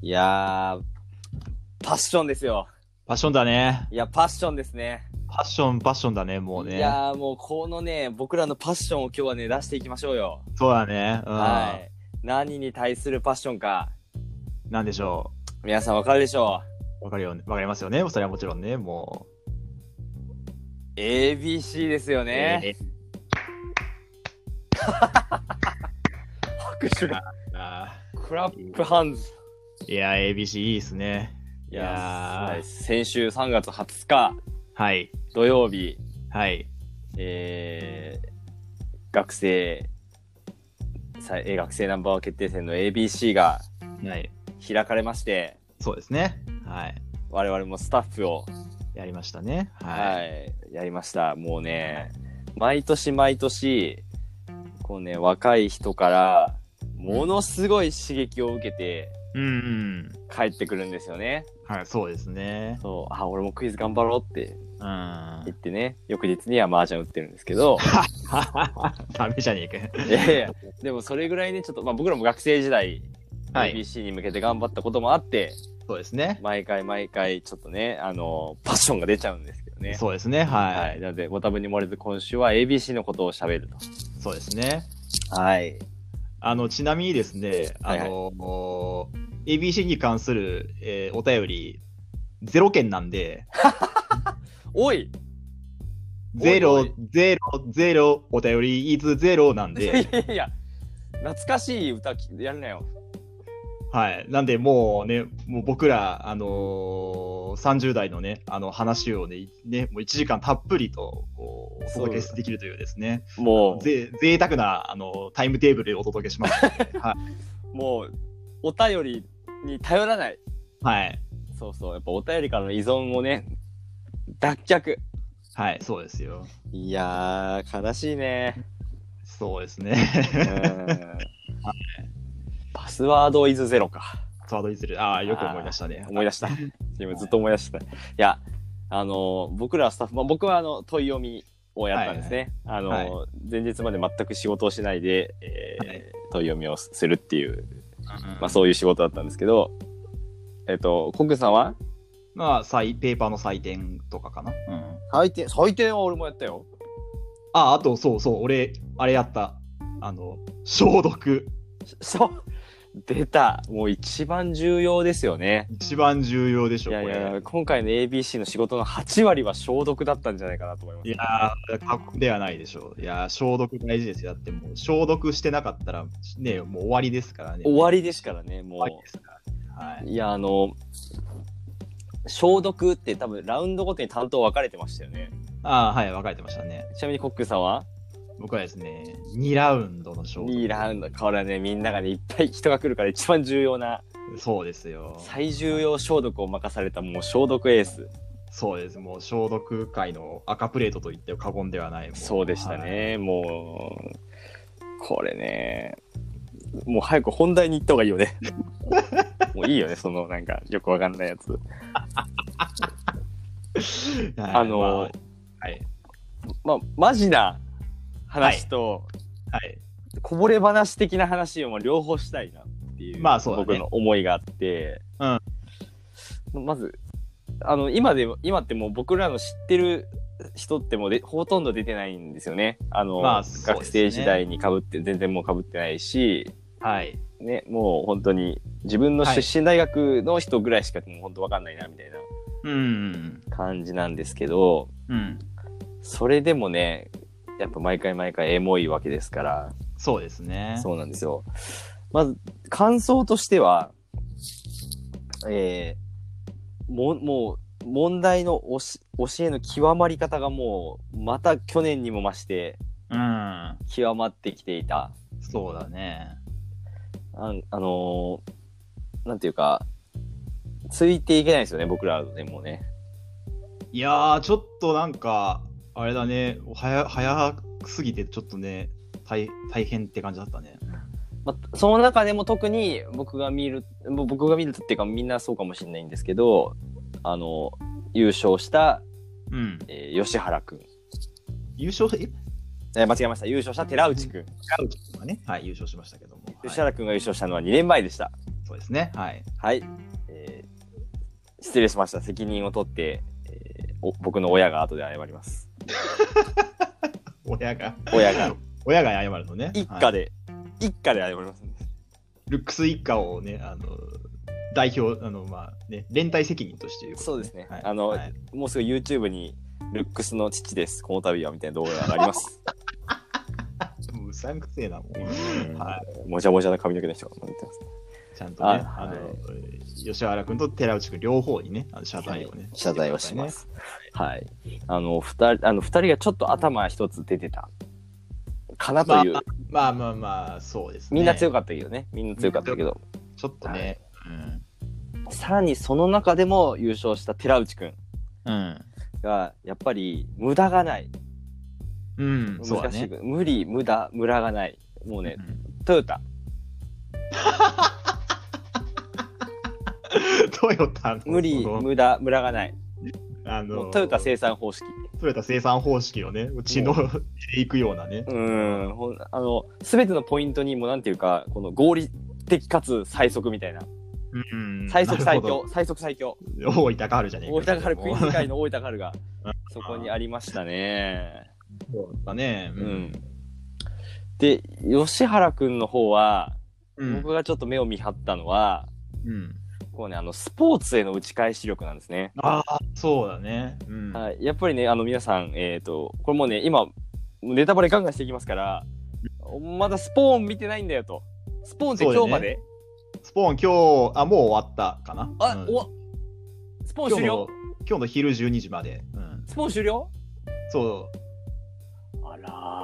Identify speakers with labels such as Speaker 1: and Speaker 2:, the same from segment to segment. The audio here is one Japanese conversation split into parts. Speaker 1: いやー、パッションですよ。
Speaker 2: パッションだね。
Speaker 1: いや、パッションですね。
Speaker 2: パッション、パッションだね、もうね。
Speaker 1: いやー、もうこのね、僕らのパッションを今日はね、出していきましょうよ。
Speaker 2: そうだね。うん。
Speaker 1: はい。何に対するパッションか、
Speaker 2: なんでしょ
Speaker 1: 皆さんわかるでしょ
Speaker 2: う。わかるよね。わかりますよね。それはもちろんね、も
Speaker 1: う。ABC ですよ
Speaker 2: う。
Speaker 1: ね。
Speaker 2: え
Speaker 1: 拍手が。
Speaker 2: ーあ
Speaker 1: クラップハンズ。
Speaker 2: ーいやー、ABC いいですね。
Speaker 1: いやー
Speaker 2: いやー
Speaker 1: 先週3月20日
Speaker 2: はい。
Speaker 1: 土曜日、
Speaker 2: はい。
Speaker 1: えー、学生、さえー学生ナンバーワン決定戦の ABC が
Speaker 2: はい。
Speaker 1: 開かれまして、
Speaker 2: そうですね。はい。
Speaker 1: 我々もスタッフを、
Speaker 2: やりましたね。
Speaker 1: は
Speaker 2: はい。
Speaker 1: い、やりました。もうね、毎年毎年、こうね、若い人から、ものすごい刺激を受けて
Speaker 2: うん、うん。
Speaker 1: 帰ってくるんですよね。
Speaker 2: はい、そうですね。
Speaker 1: そう、あ、俺もクイズ頑張ろうって
Speaker 2: うん。ダ
Speaker 1: 言ってね、翌日には麻雀打ってるんですけ ど、
Speaker 2: メじゃねえか。
Speaker 1: いやいや、でもそれぐらいね、ちょっと、まあ僕らも学生時代、
Speaker 2: はい。
Speaker 1: ABC に向けて頑張ったこともあって、
Speaker 2: そうですね。
Speaker 1: 毎回毎回ちょっとね、あの、パッションが出ちゃうんですけどね。
Speaker 2: そうですね。はい。
Speaker 1: はい。なので、ご多分に漏れず今週は ABC のことを喋ると。
Speaker 2: そうですね。
Speaker 1: はい。
Speaker 2: あの、ちなみにですね、あ
Speaker 1: はいはい
Speaker 2: の、もう ABC に関する、えーお便り、ゼロ件なんで、
Speaker 1: おい おい
Speaker 2: ゼ
Speaker 1: お
Speaker 2: ロ
Speaker 1: い、
Speaker 2: ゼロ、ゼロ、お便り、いつゼロなん
Speaker 1: いや
Speaker 2: で
Speaker 1: い、やいや、懐かしい歌きやるなよ。
Speaker 2: はい。なんで、もうね、もう僕ら、あのー、30代のね、あの話をね、ねもう1時間たっぷりと、こう、お届けできるというですね、
Speaker 1: も
Speaker 2: ぜ贅沢な、あの、タイムテーブルでお届けし ます。
Speaker 1: う、もう、お便りに頼らない。
Speaker 2: はい。
Speaker 1: そうそう、やっぱお便りからの依存をね、脱却。
Speaker 2: はい、そうですよ。
Speaker 1: いやー、悲しいね。
Speaker 2: そうですね。
Speaker 1: パスワードイズゼロか。
Speaker 2: サードイズル、ああ、よく思い出したね。
Speaker 1: 思い出した。今ずっと思い出した。いや、あのー、僕らスタッフ、まあ、僕はあの問い読みをやったんですね。あのー、前日まで全く仕事をしないで、えー
Speaker 2: はい
Speaker 1: 問い読みをするっていう、
Speaker 2: うん
Speaker 1: まあ、そういう仕事だったんですけど、えっと、コンくんさんは
Speaker 2: まあ、採ペーパーの採点とかかな。うん、
Speaker 1: 採点、採点は俺もやったよ。
Speaker 2: あ、あと、そうそう、俺、あれやった。あの、消毒。
Speaker 1: そう。出た。もう一番重要ですよね。
Speaker 2: 一番重要でし
Speaker 1: い
Speaker 2: ょ、
Speaker 1: やい
Speaker 2: これ。
Speaker 1: や、今回の ABC の仕事の8割は消毒だったんじゃないかなと思います。
Speaker 2: いやー過酷ではないでしょう。いやー消毒大事ですよ。だってもう、消毒してなかったら、ね、もう終わりですからね。
Speaker 1: 終わりですからね、
Speaker 2: 終
Speaker 1: も
Speaker 2: わりですから。は
Speaker 1: う。
Speaker 2: い。
Speaker 1: いや、あの、消毒って多分ラウンドごとに担当分かれてましたよね。
Speaker 2: ああ、はい、分かれてましたね。
Speaker 1: ちなみにコックさんは
Speaker 2: 僕はですね、2ラウンドの消毒。
Speaker 1: いいラウンド。これはね、みんながね、いっぱい人が来るから一番重要な、
Speaker 2: そうですよ。
Speaker 1: 最重要消毒を任されたもう消毒エース。
Speaker 2: そうです。もう消毒界の赤プレートと言っても過言ではない。も
Speaker 1: そうでした。ね、もう、これね、もう早く本題に行った方がいいよ ね。もういいよね、そのなんかよくわかんないやつ。
Speaker 2: はい
Speaker 1: あの
Speaker 2: まあはい。
Speaker 1: まあ、マジな話と、
Speaker 2: はい。
Speaker 1: こぼれ話的な話をまあ両方したいなっていう,、
Speaker 2: まあそうだね
Speaker 1: 僕の思いがあって、まずあの今で今ってもう僕らの知ってる人ってもうでほとんど出てないんですよねあの、
Speaker 2: まあそうですね
Speaker 1: 学生時代にかぶって全然もうかぶってないし、
Speaker 2: はい。
Speaker 1: ね、もう本当に自分の出身大学の人ぐらいしかもう本当わかんないなみたいな
Speaker 2: うん。
Speaker 1: 感じなんですけど
Speaker 2: うん。
Speaker 1: それでもねやっぱ毎回毎回エモいわけですから。
Speaker 2: そうですね。
Speaker 1: そうなんですよ。まず、感想としては、えーも、もう、問題の教教えの極まり方がもう、また去年にも増して、
Speaker 2: うん。
Speaker 1: 極まってきていた。
Speaker 2: そうだね。
Speaker 1: ああのーなんていうか、ついていけないですよね、僕らでもね。
Speaker 2: いやー、ちょっとなんか、あれだね、早早すぎて、ちょっとね、大大変って感じだったね。
Speaker 1: まあ、その中でも特に僕が見るぼ僕が見るとっていうかみんなそうかもしれないんですけどあの優勝した、
Speaker 2: うん。
Speaker 1: えー吉原くん
Speaker 2: 優勝、え、
Speaker 1: えー間違えました優勝した寺内くん、
Speaker 2: ラウチ君がね、はい、優勝しましたけども。
Speaker 1: 吉
Speaker 2: は
Speaker 1: 原
Speaker 2: い
Speaker 1: くんが優勝したのは2年前でした
Speaker 2: そうですね。はい。
Speaker 1: はい、えー失礼しました。責任を取って、えーお僕の親が後で謝ります。
Speaker 2: 親が、
Speaker 1: 親が、
Speaker 2: 親が謝るのね。
Speaker 1: 一
Speaker 2: は
Speaker 1: 家
Speaker 2: い
Speaker 1: で、一家で謝りますんで。
Speaker 2: ルックス一家をね、あの、代表、あの、まあね、連帯責任としていうこと
Speaker 1: そうですね
Speaker 2: はい
Speaker 1: あの
Speaker 2: はい
Speaker 1: もうすぐ YouTube に、ルックスの父です、この度は、みたいな動画が上がります。
Speaker 2: もううさんくせえな、も う。は
Speaker 1: もじゃもじゃな髪の毛の人が言ってます。
Speaker 2: ちゃんとね、
Speaker 1: あ
Speaker 2: あの、
Speaker 1: はい
Speaker 2: 吉原君と寺内君両方にね、あの謝罪をね、
Speaker 1: 謝罪をしま。す。はい。あの、二人、あの、二人がちょっと頭一つ出てた。かなと
Speaker 2: まあ
Speaker 1: いう。
Speaker 2: まあまあまあ、そうですね。
Speaker 1: みんな強
Speaker 2: か
Speaker 1: かったけどね。みんな強かったけど。
Speaker 2: ちょっとね、
Speaker 1: さらにその中でも優勝した寺内くん
Speaker 2: うん。
Speaker 1: が、やっぱり無駄がない。
Speaker 2: うん。うん、そうだ
Speaker 1: 難しい。
Speaker 2: ね。
Speaker 1: 無理、無駄、ムラがない。もうね
Speaker 2: う、ん
Speaker 1: トヨタ。
Speaker 2: トヨタの
Speaker 1: 無理、
Speaker 2: その
Speaker 1: 無駄、ムラがない。
Speaker 2: あ
Speaker 1: も
Speaker 2: の
Speaker 1: うトヨタ生産方式。
Speaker 2: トヨタ生産方式をね、うちの
Speaker 1: も
Speaker 2: でいくようなね
Speaker 1: う、ん。ほんあの、すべてのポイントにも、なんていうか、この合理的かつ最速みたいな。
Speaker 2: うん
Speaker 1: 最速最。
Speaker 2: なるほ
Speaker 1: 強、最速最強。
Speaker 2: ど大分があるじゃねえか
Speaker 1: 大
Speaker 2: よ。
Speaker 1: 分ガル、
Speaker 2: も
Speaker 1: クイーン世界の大分ガルが、そこにありましたね。
Speaker 2: そうだね。
Speaker 1: う。ん。で、吉原くんの方は、
Speaker 2: うん
Speaker 1: 僕がちょっと目を見張ったのは、
Speaker 2: うん。
Speaker 1: こうね、あの、スポーツへの打ち返し力なんですね。
Speaker 2: ああ、そうだね。うん。
Speaker 1: はい。やっぱりね、あの、皆さん、えっ、と、これもうね、今、ネタバレガンガンしていきますから、まだスポーン見てないんだよと。スポーンって今
Speaker 2: そう
Speaker 1: 日
Speaker 2: だ
Speaker 1: ま
Speaker 2: ね
Speaker 1: で、
Speaker 2: スポーン今日、あ、もう終わったかな。
Speaker 1: あ、
Speaker 2: うん
Speaker 1: おわスポーン
Speaker 2: 今日
Speaker 1: 終了
Speaker 2: の今日の昼12時まで。うん。
Speaker 1: スポーン終了
Speaker 2: そ
Speaker 1: あ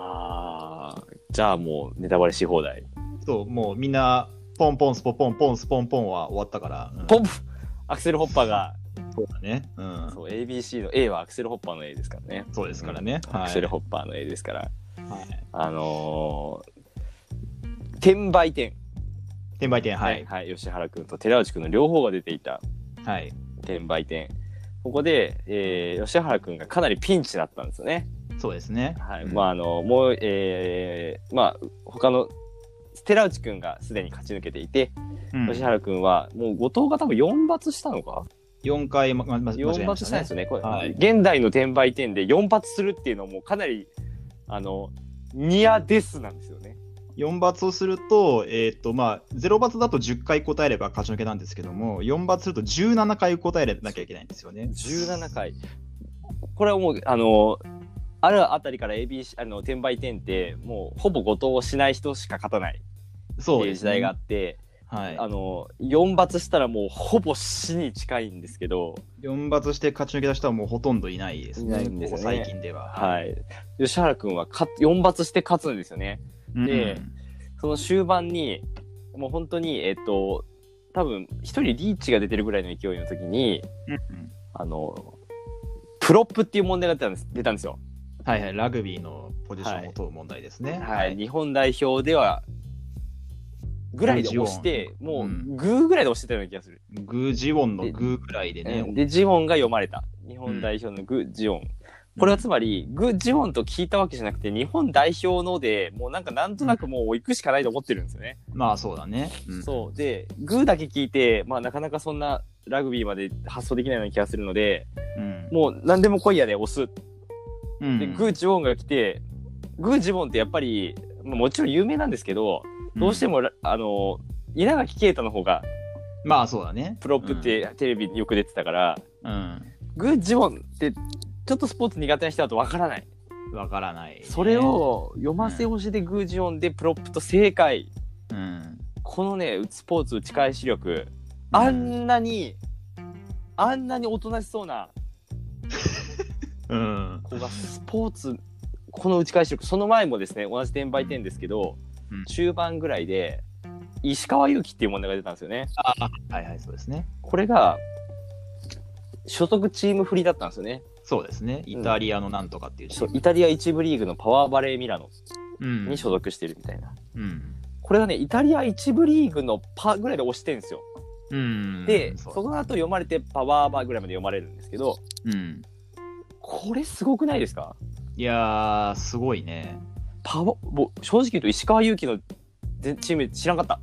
Speaker 1: らー。じゃあもう、ネタバレし放題。
Speaker 2: う、そう、もうみんな、ポンポンスポポンポンスポンポンは終わったから。うん
Speaker 1: ポンプアクセルホッパーが、
Speaker 2: そうだね。うん。
Speaker 1: そう ABC の A はアクセルホッパーの A ですからね。
Speaker 2: そうですからね。
Speaker 1: ア
Speaker 2: は
Speaker 1: ク
Speaker 2: い
Speaker 1: セルホッパーの A ですから。
Speaker 2: はい。
Speaker 1: あのー、転売店、
Speaker 2: 転売店、は
Speaker 1: ね
Speaker 2: い。
Speaker 1: はい、吉原君と寺内君の両方が出ていた
Speaker 2: はい。
Speaker 1: 転売店。ここで、えー吉原君がかなりピンチだったんですよね。
Speaker 2: そうですね。
Speaker 1: はい。
Speaker 2: うん
Speaker 1: まあ、あの、もう、えーまあ、他の、寺内君がすでに勝ち抜けていて、
Speaker 2: うん
Speaker 1: 吉原君は、もう後藤が多分4発したのか
Speaker 2: 4回、ま、ま、ま、間違え
Speaker 1: ?4
Speaker 2: ま
Speaker 1: 発
Speaker 2: し
Speaker 1: した
Speaker 2: た
Speaker 1: んで
Speaker 2: ね
Speaker 1: す。よね。これ、
Speaker 2: はい
Speaker 1: 現代の転売店で4発するっていうのはもうかなり、あの、ニアですなんですよね。
Speaker 2: 4罰をすると、えっ、と、まあ、0罰だと10回答えれば勝ち抜けなんですけども、4罰すると17回答えなきゃいけないんですよね。
Speaker 1: 17回これはもうあのあるあたりから ABC あの転売店ってもうほぼ誤答をしない人しか勝たないって
Speaker 2: そ
Speaker 1: い
Speaker 2: う
Speaker 1: う
Speaker 2: です、ね。
Speaker 1: 時代があって、
Speaker 2: はい。
Speaker 1: あの4罰したらもうほぼ死に近いんですけど、
Speaker 2: 4罰して勝ち抜けた人はもうほとんどいないですね。
Speaker 1: いないんですよね
Speaker 2: ここ最近では。
Speaker 1: はい、吉原君は勝4罰して勝つんですよね。
Speaker 2: うん
Speaker 1: でその終盤にもう本当にえっと多分一人リーチが出てるぐらいの勢いの時に
Speaker 2: うん
Speaker 1: あのプロップっていう問題が出たんです出たんですよ。
Speaker 2: はいはい、ラグビーのポジションを問う問題ですね。
Speaker 1: はい、日本代表ではぐらいで押して、
Speaker 2: うん
Speaker 1: もうグーぐらいで押してたような気がする。
Speaker 2: グージウォンのグーぐらいでね。
Speaker 1: で、ジオンが読まれた。日本代表のグー・ジオン。これはつまり、グー・ジオンと聞いたわけじゃなくて、日本代表ので、もうなんかなんとなくもう行くしかないと思ってるんですよね。
Speaker 2: まあそうだね。うん
Speaker 1: そう。で、グーだけ聞いて、まあなかなかそんなラグビーまで発想できないような気がするので、
Speaker 2: うん
Speaker 1: もう何でも来いやで押す。
Speaker 2: うん
Speaker 1: で、グー・ジオンが来て、グー・ジオンってやっぱり、まあもちろん有名なんですけど、どうして、もら、あの稲垣啓太の方が
Speaker 2: んまあそうだね。
Speaker 1: プロップってテレビによく出てたから、
Speaker 2: うん。
Speaker 1: グージボンってちょっとスポーツ苦手な人だとわからない
Speaker 2: うんわからないね、
Speaker 1: それを読ませ押しでグージオンでプロップと正解
Speaker 2: うん、
Speaker 1: このねスポーツ打ち返し力あんなに、あんなにおとなしそうな
Speaker 2: うん。
Speaker 1: 子がスポーツこの打ち返し力その前もですね同じ転売店ですけど、
Speaker 2: うん
Speaker 1: 中盤ぐらいで石川祐希っていう問題が出たんですよね
Speaker 2: はいはい、そうですね。
Speaker 1: これが所属チーム振りだったんですよね
Speaker 2: そうですね。イタリアのなんとかっていうチ
Speaker 1: そう
Speaker 2: ーム
Speaker 1: イタリア1部リーグのパワーバレーミラノ
Speaker 2: うん
Speaker 1: に所属してるみたいな、
Speaker 2: うん。
Speaker 1: これがねイタリア1部リーグのパぐらいで押してるんですよ、
Speaker 2: うん。
Speaker 1: で
Speaker 2: そ
Speaker 1: そうの後読まれてパワーバーぐらいまで読まれるんですけど
Speaker 2: うん。
Speaker 1: これすごくないですか
Speaker 2: いやー、すごいね。
Speaker 1: パワもう正直言うと石川祐希の全チーム知らんかった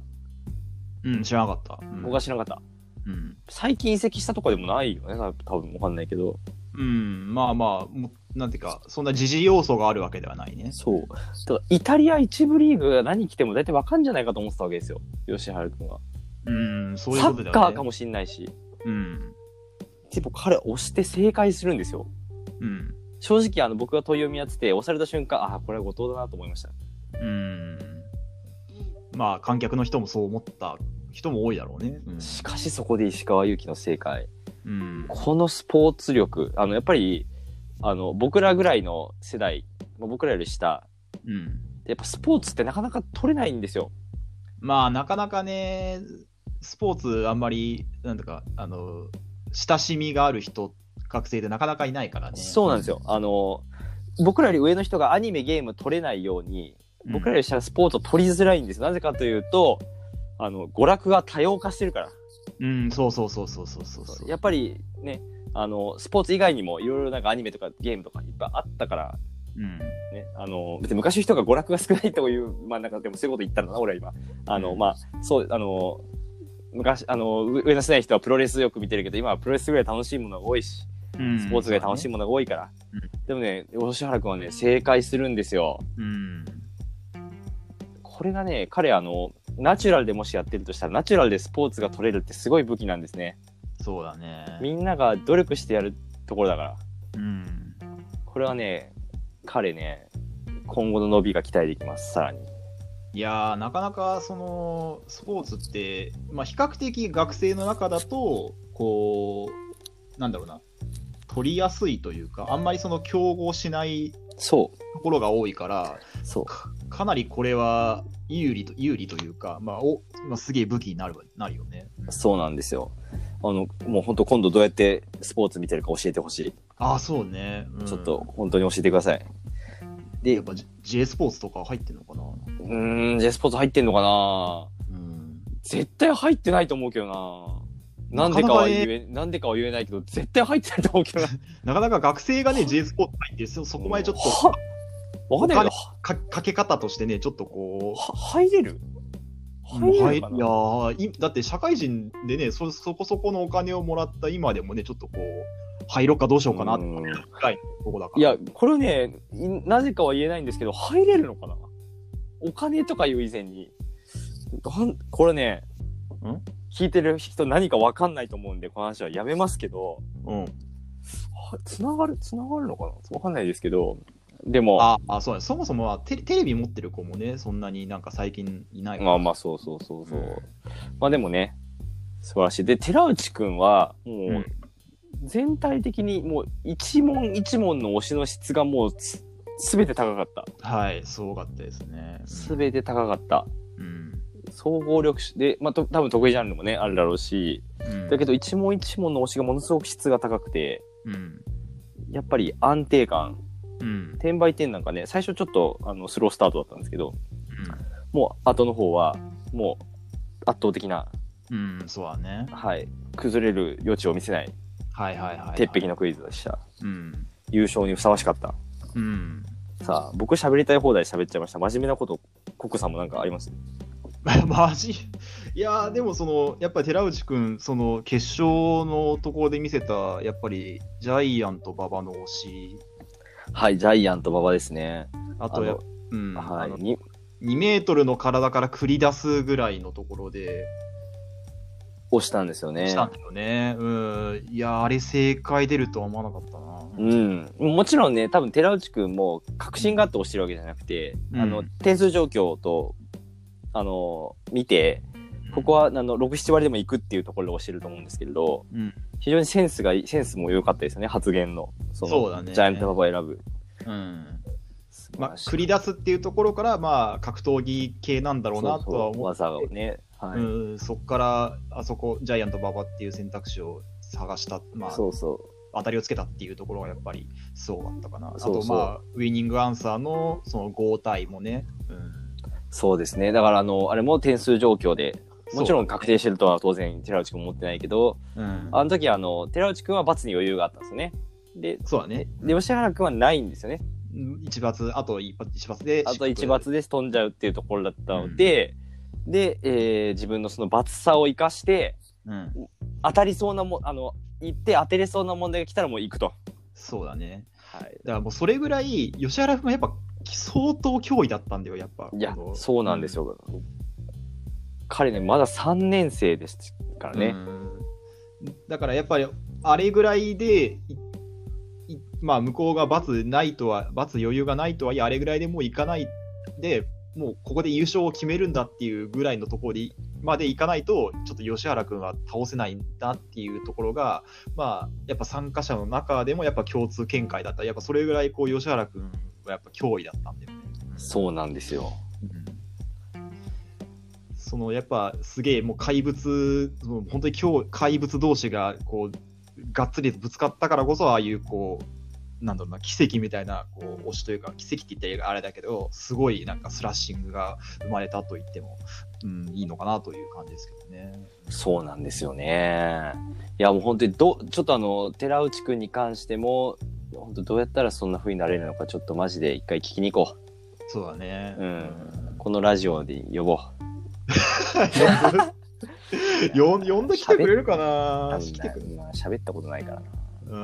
Speaker 2: うん、知らなかった。うん
Speaker 1: 僕は知らなかった。
Speaker 2: うん、
Speaker 1: 最近移籍したとかでもないよね、多分わかんないけど。
Speaker 2: うん、まあまあ、もなんていうか、そんな時事要素があるわけではないね。
Speaker 1: そう。だからイタリア一部リーグが何来ても大体わかんじゃないかと思ってたわけですよ、吉原君は。
Speaker 2: うん、そういう
Speaker 1: サ
Speaker 2: こと
Speaker 1: ッ
Speaker 2: だよね。
Speaker 1: カーかもしんないし。
Speaker 2: うん、
Speaker 1: でも彼押して正解するんですよ。
Speaker 2: うん、
Speaker 1: 正直あの僕が問い読みやってて押された瞬間ああこれは後藤だなと思いました
Speaker 2: うん。まあ、観客の人もそう思った人も多いだろうね。うん
Speaker 1: しかしそこで石川祐希の正解
Speaker 2: うん、
Speaker 1: このスポーツ力あのやっぱりあの僕らぐらいの世代まあ僕らより下
Speaker 2: うん。
Speaker 1: やっぱスポーツってなかなか取れないんですよ
Speaker 2: まあ、なかなかね、スポーツあんまり、なんとか、あの、親しみがある人、学生でなかなかいないからね。
Speaker 1: そうなんですよあの僕らより上の人がアニメゲーム取れないように
Speaker 2: うん。
Speaker 1: 僕らより下はスポーツを取りづらいんですなぜかというとあの娯楽が多様化してるから
Speaker 2: うん、そうそうそうそうそうそうそう。
Speaker 1: やっぱりねあのスポーツ以外にもいろいろなんかアニメとかゲームとかいっぱいあったから
Speaker 2: うん。
Speaker 1: ね、あの別に昔の人が娯楽が少ないという、まあ、なんかでもそういうこと言ったんだな俺は今あの、
Speaker 2: うん
Speaker 1: まあそうあの昔あの上上の世代の人はプロレスよく見てるけど今はプロレスぐらい楽しいものが多いし
Speaker 2: うん
Speaker 1: スポーツぐらい楽しいものが多いから、
Speaker 2: うん
Speaker 1: でもね吉原君はね正解するんですよ
Speaker 2: うん。
Speaker 1: これがね彼あのナチュラルでもしやってるとしたらナチュラルでスポーツが取れるってすごい武器なんですね
Speaker 2: そうだね。
Speaker 1: みんなが努力してやるところだから
Speaker 2: うん。
Speaker 1: これはね彼ね今後の伸びが期待できますさらに
Speaker 2: いやー、なかなかそのスポーツって、まあ、比較的学生の中だと、こう、なんだろうな、取りやすいというか、あんまりその競合しない
Speaker 1: そ
Speaker 2: ところが多いから、
Speaker 1: うそう
Speaker 2: かなりこれは有利と有利というか、まあ、おまあ、すげえ武器になるわなるよね。
Speaker 1: そうなんですよ。あの、もう本当今度どうやってスポーツ見てるか教えてほしい。
Speaker 2: ああ、そうね、うん
Speaker 1: ちょっと本当に教えてください。で、
Speaker 2: やっ
Speaker 1: う
Speaker 2: ぱ J- J スポーツとか入ってるのかな。
Speaker 1: ーん、J スポーツ入ってんのかな
Speaker 2: うん、
Speaker 1: 絶対入ってないと思うけどな。なんでかは言え、なんでかは言えないけど、絶対入ってないと思う けどな。
Speaker 2: なかなか学生がね、J スポーツ入ってそ、そこまでちょっと
Speaker 1: はわかんないけど、は
Speaker 2: かかけ方としてね、ちょっとこう、
Speaker 1: は入れる入れ
Speaker 2: は
Speaker 1: る
Speaker 2: い、
Speaker 1: のか
Speaker 2: い
Speaker 1: な
Speaker 2: やーいだって社会人でねそ、そこそこのお金をもらった今でもね、ちょっとこう、入ろうかどうしようかなって
Speaker 1: うん
Speaker 2: ぐらいのとこだから。
Speaker 1: いや、これね、いなぜかは言えないんですけど、入れるのかなお金とかいう以前に。なんこれね
Speaker 2: ん、
Speaker 1: 聞いてる人何かわかんないと思うんで、この話はやめますけど、
Speaker 2: うん、
Speaker 1: はつながる、つながるのかなわかんないですけど、でも、
Speaker 2: ああそうだそもそもはテレテレビ持ってる子もね、そんなになんか最近いないから。
Speaker 1: まあまあ、そうそうそうそう。
Speaker 2: うん
Speaker 1: まあでもね、素晴らしい。で、寺内くんは、もう、
Speaker 2: うん
Speaker 1: 全体的にもう一問一問の推しの質がもうすすべて高かった。
Speaker 2: はい、すごかったですね。
Speaker 1: すべて高かった。
Speaker 2: うん
Speaker 1: 総合力士で、まあ、と多分得意ジャンルもねあるだろうし、
Speaker 2: うん
Speaker 1: だけど一問一問の推しがものすごく質が高くて
Speaker 2: うん
Speaker 1: やっぱり安定感
Speaker 2: うん
Speaker 1: 転売点なんかね最初ちょっとあのスロースタートだったんですけどもう後の方はもう圧倒的な、
Speaker 2: うん、うん、そうだね。
Speaker 1: はい、崩れる余地を見せない
Speaker 2: はいはいはい、はい。
Speaker 1: 鉄壁のクイズでした、
Speaker 2: うん。
Speaker 1: 優勝にふさわしかった
Speaker 2: うん。
Speaker 1: さあ僕喋りたい放題喋っちゃいました真面目なことコックさんもなんかあります
Speaker 2: マジいやーでもそのやっぱり寺内君その決勝のところで見せたやっぱりジャイアント馬場の推し
Speaker 1: はいジャイアント馬場ですね
Speaker 2: あとや
Speaker 1: あの
Speaker 2: うん
Speaker 1: は
Speaker 2: あの
Speaker 1: いに
Speaker 2: 2メートルの体から繰り出すぐらいのところで
Speaker 1: 押したんですよね
Speaker 2: したんだよね、うんいやーあれ正解出るとは思わなかったな
Speaker 1: うん、もちろんね多分寺内くんも確信があって押してるわけじゃなくて、
Speaker 2: うん
Speaker 1: あの点数状況とあの見てここはあの67割でも行くっていうところを押してると思うんですけれど、
Speaker 2: うん
Speaker 1: 非常にセンスがいいセンスも良かったですよね発言のその
Speaker 2: そうだね
Speaker 1: ジャイアントパパを選ぶ。
Speaker 2: うん
Speaker 1: 素晴
Speaker 2: まあ
Speaker 1: らしい
Speaker 2: 繰り出すっていうところからまあ格闘技系なんだろうなとは
Speaker 1: そうそう
Speaker 2: 思って
Speaker 1: 技をね、はい
Speaker 2: うんそこからあそこジャイアント馬場っていう選択肢を探したまあ
Speaker 1: そうそ
Speaker 2: 当たりをつけたっていうところがやっぱりそうだったかな。
Speaker 1: そうそう
Speaker 2: あとまあウイニングアンサーのその5対もね、うん
Speaker 1: うそうですねだからあのあれも点数状況でもちろん確定してるとは当然寺内くんも思ってないけど
Speaker 2: そう,、ん、
Speaker 1: あの時あの寺内くんは罰に余裕があったんですよね。で
Speaker 2: そうだね。
Speaker 1: で吉原君はないんですよね。
Speaker 2: 一罰あと一発一罰で
Speaker 1: あと一罰で飛んじゃうっていうところだったので、で、えー自分のそのバツさを生かして
Speaker 2: うん、
Speaker 1: 当たりそうなもあの行って当てれそうな問題が来たらもう行くと。
Speaker 2: そうだね。
Speaker 1: はい、
Speaker 2: だからもうそれぐらい、吉原君がやっぱ相当脅威だったんだよ、やっぱ。
Speaker 1: いや
Speaker 2: この
Speaker 1: そうなんですよ、彼ねまだ3年生ですからね、
Speaker 2: うんだからやっぱりあれぐらいでいいまあ向こうが罰ないとは罰余裕がないとはいえあれぐらいでもう行かないでもうここで優勝を決めるんだっていうぐらいのところでまで行かないとちょっと吉原君は倒せないんだっていうところがまあやっぱ参加者の中でもやっぱ共通見解だったやっぱそれぐらいこう吉原君はやっぱ脅威だったんだよね。
Speaker 1: そうなんですよ
Speaker 2: そのやっぱすげえもう怪物その本当に今日怪物同士がこうがっつりぶつかったからこそああいうこうなんだろうな奇跡みたいなこう推しというか奇跡って言ったらあれだけどすごいなんかスラッシングが生まれたと言っても、うん、いいのかなという感じですけどね。
Speaker 1: そうなんですよねいやもう本当にどちょっとあの寺内くんに関しても本当どうやったらそんな風になれるのかちょっとマジで一回聞きに行こう
Speaker 2: そうだね。
Speaker 1: うんこのラジオで呼ぼう
Speaker 2: よん呼んできてくれるかな
Speaker 1: あん
Speaker 2: 来てくれ
Speaker 1: な喋ったことないからな
Speaker 2: うー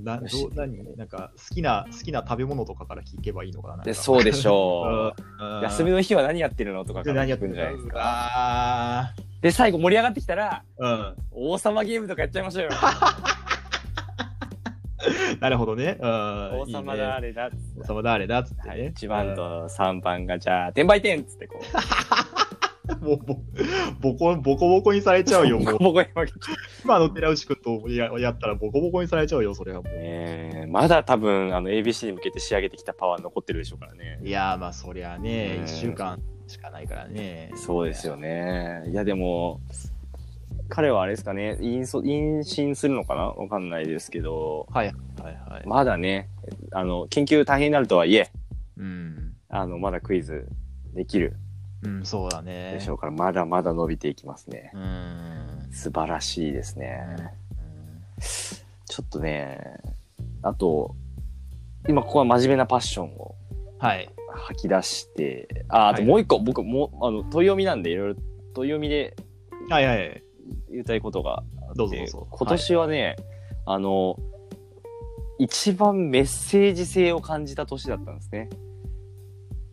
Speaker 2: んなどう何なんか好きな好きな食べ物とかから聞けばいいのかななんか
Speaker 1: でそうでしょ
Speaker 2: うんう
Speaker 1: うん 休みの日は何やってるのとかか
Speaker 2: で
Speaker 1: ら
Speaker 2: 何やっ
Speaker 1: 聞
Speaker 2: て
Speaker 1: く
Speaker 2: ん
Speaker 1: ん
Speaker 2: じ
Speaker 1: じ
Speaker 2: ゃ
Speaker 1: ゃ
Speaker 2: な
Speaker 1: ないいで
Speaker 2: で
Speaker 1: すす
Speaker 2: か。
Speaker 1: か
Speaker 2: あ
Speaker 1: で最後盛り上がってきたら
Speaker 2: ー
Speaker 1: 王様ゲームとかやっ ちゃいましょうよ
Speaker 2: うん。なるほどね。うん。
Speaker 1: 王様だあれだっつって
Speaker 2: いいね王様だあれだっつってね。
Speaker 1: 1番と3番がじゃあ転売店っつってこ う
Speaker 2: うん。もうぼボコボコボコにされちゃうよ。もう
Speaker 1: ボコボコに負けちゃ
Speaker 2: 今の寺内君とややったらボコボコにされちゃうよ、それはも
Speaker 1: う
Speaker 2: う。
Speaker 1: ねえまだ多分あの ABC に向けて仕上げてきたパワー残ってるでしょうからね
Speaker 2: いやーまあそりゃね、
Speaker 1: うん
Speaker 2: 1週間しかないからね。
Speaker 1: そうですよねいやでも彼はあれですかね陰そ妊娠するのかなわかんないですけど
Speaker 2: はいはい。
Speaker 1: まだねあの研究大変になるとはいえ
Speaker 2: うん。
Speaker 1: あのまだクイズできる
Speaker 2: うん、そうだね。
Speaker 1: でしょうから、まだまだ伸びていきますね
Speaker 2: うん。
Speaker 1: 素晴らしいですね、ちょっとねあと今ここは真面目なパッションを
Speaker 2: はい。
Speaker 1: 吐き出して、あ、あと
Speaker 2: はい
Speaker 1: もう一個、僕もう、あの、問い読みなんで、いろいろ問い読みで
Speaker 2: はいはい。
Speaker 1: 言いたいことが
Speaker 2: ど
Speaker 1: あっ
Speaker 2: うぞど
Speaker 1: て
Speaker 2: うぞ。
Speaker 1: 今年はね、あの、一番メッセージ性を感じた年だったんですね。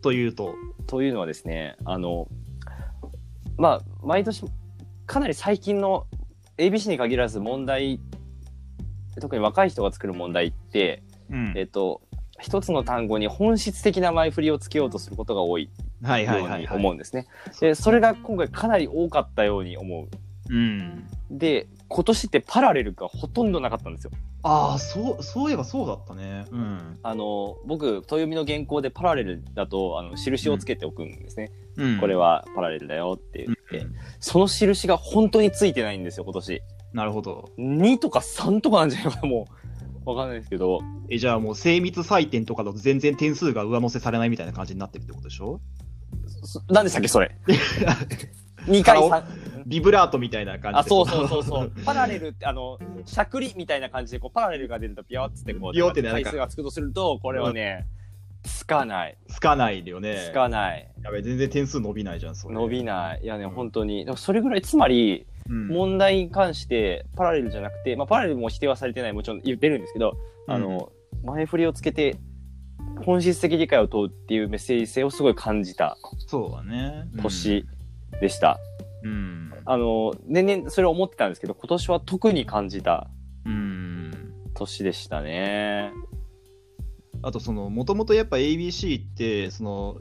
Speaker 2: というと、
Speaker 1: というのはですね、あの、まあ、毎年、かなり最近の ABC に限らず問題、特に若い人が作る問題って、
Speaker 2: うん
Speaker 1: えっと、一つの単語に本質的な前振りをつけようとすることが多い
Speaker 2: はいはい
Speaker 1: よ
Speaker 2: は
Speaker 1: う
Speaker 2: い
Speaker 1: に
Speaker 2: はい。
Speaker 1: 思うんですね。でそれが今回かなり多かったように思う。
Speaker 2: うん。
Speaker 1: で今年ってパラレルがほとんどなかったんですよ。
Speaker 2: ああ、そう、そういえばそうだったね。うん。
Speaker 1: あの僕豊見の原稿でパラレルだとあの印をつけておくんですね、
Speaker 2: うん、
Speaker 1: これはパラレルだよって言って、
Speaker 2: うん
Speaker 1: その印が本当についてないんですよ今年。
Speaker 2: なるほど。
Speaker 1: 2とか3とかなんじゃないかなもうわかんないですけど
Speaker 2: え、じゃあもう精密採点とかだと全然点数が上乗せされないみたいな感じになってるってことでしょ
Speaker 1: そ何でしたっけそ れ2回3
Speaker 2: ビブラートみたいな感じで。
Speaker 1: あそうそうそうそうパラレルってあのしゃくりみたいな感じでこうパラレルが出るとピヨッつってこう
Speaker 2: ピヨってねなん
Speaker 1: 回
Speaker 2: か
Speaker 1: 数がつくとするとこれはね、つかない
Speaker 2: つかないよね。
Speaker 1: つかない
Speaker 2: やべ、全然点数伸びないじゃん、それ。
Speaker 1: 伸びないいやね
Speaker 2: うん
Speaker 1: 本当にでもそれぐらいつまり
Speaker 2: うん。
Speaker 1: 問題に関してパラレルじゃなくて、まあ、パラレルも否定はされてないもちろん言ってるんですけど、あの前振りをつけて本質的理解を問うっていうメッセージ性をすごい感じた
Speaker 2: そうだね。うん。
Speaker 1: 年でした、
Speaker 2: うん。
Speaker 1: あの年々それを思ってたんですけど今年は特に感じた
Speaker 2: うん。
Speaker 1: 年でしたね
Speaker 2: あとその、もともとやっぱ ABC って、その、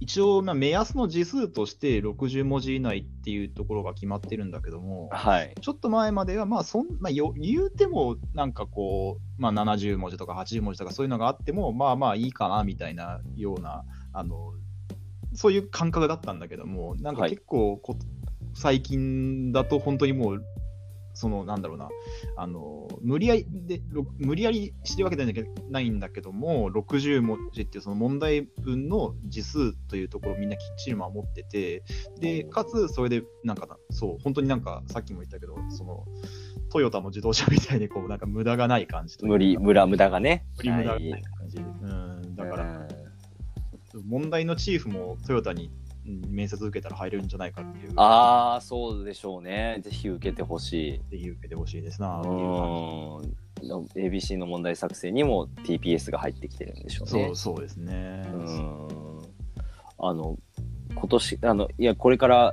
Speaker 2: 一応、まあ目安の字数として60文字以内っていうところが決まってるんだけども、
Speaker 1: はい
Speaker 2: ちょっと前までは、まあそんまあ、よ言うても、なんかこう、まあ、70文字とか80文字とかそういうのがあっても、まあまあいいかなみたいなような、あのそういう感覚だったんだけども、なんか
Speaker 1: はい
Speaker 2: 結構こ、最近だと本当にもう、そのなんだろうな、あの無理やりでろ無理やりしてるわけじゃないんだけども、60文字っていうその問題文の字数というところをみんなきっちり守ってて、でかつ、それで、なんかな、そう、本当になんか、さっきも言ったけど、その、トヨタの自動車みたいに、こう、なんか無駄がない感じというか
Speaker 1: 無理、無駄、無駄がね。
Speaker 2: 無理無駄が
Speaker 1: は
Speaker 2: ない
Speaker 1: い
Speaker 2: 感じ。うん、だか
Speaker 1: う
Speaker 2: ら、
Speaker 1: ん
Speaker 2: 問題のチーフもトヨタにうん面接受けたら入れるんじゃないかっていう、
Speaker 1: ああ、そうでしょうね。ぜひ受けてほしい。
Speaker 2: っていう受けてほしいです
Speaker 1: う
Speaker 2: なっていう感
Speaker 1: ん。ABC の問題作成にも TPS が入ってきてるんでしょ
Speaker 2: じ。
Speaker 1: うね
Speaker 2: そ。う、そうですね。
Speaker 1: うんあの今年あのいやこれから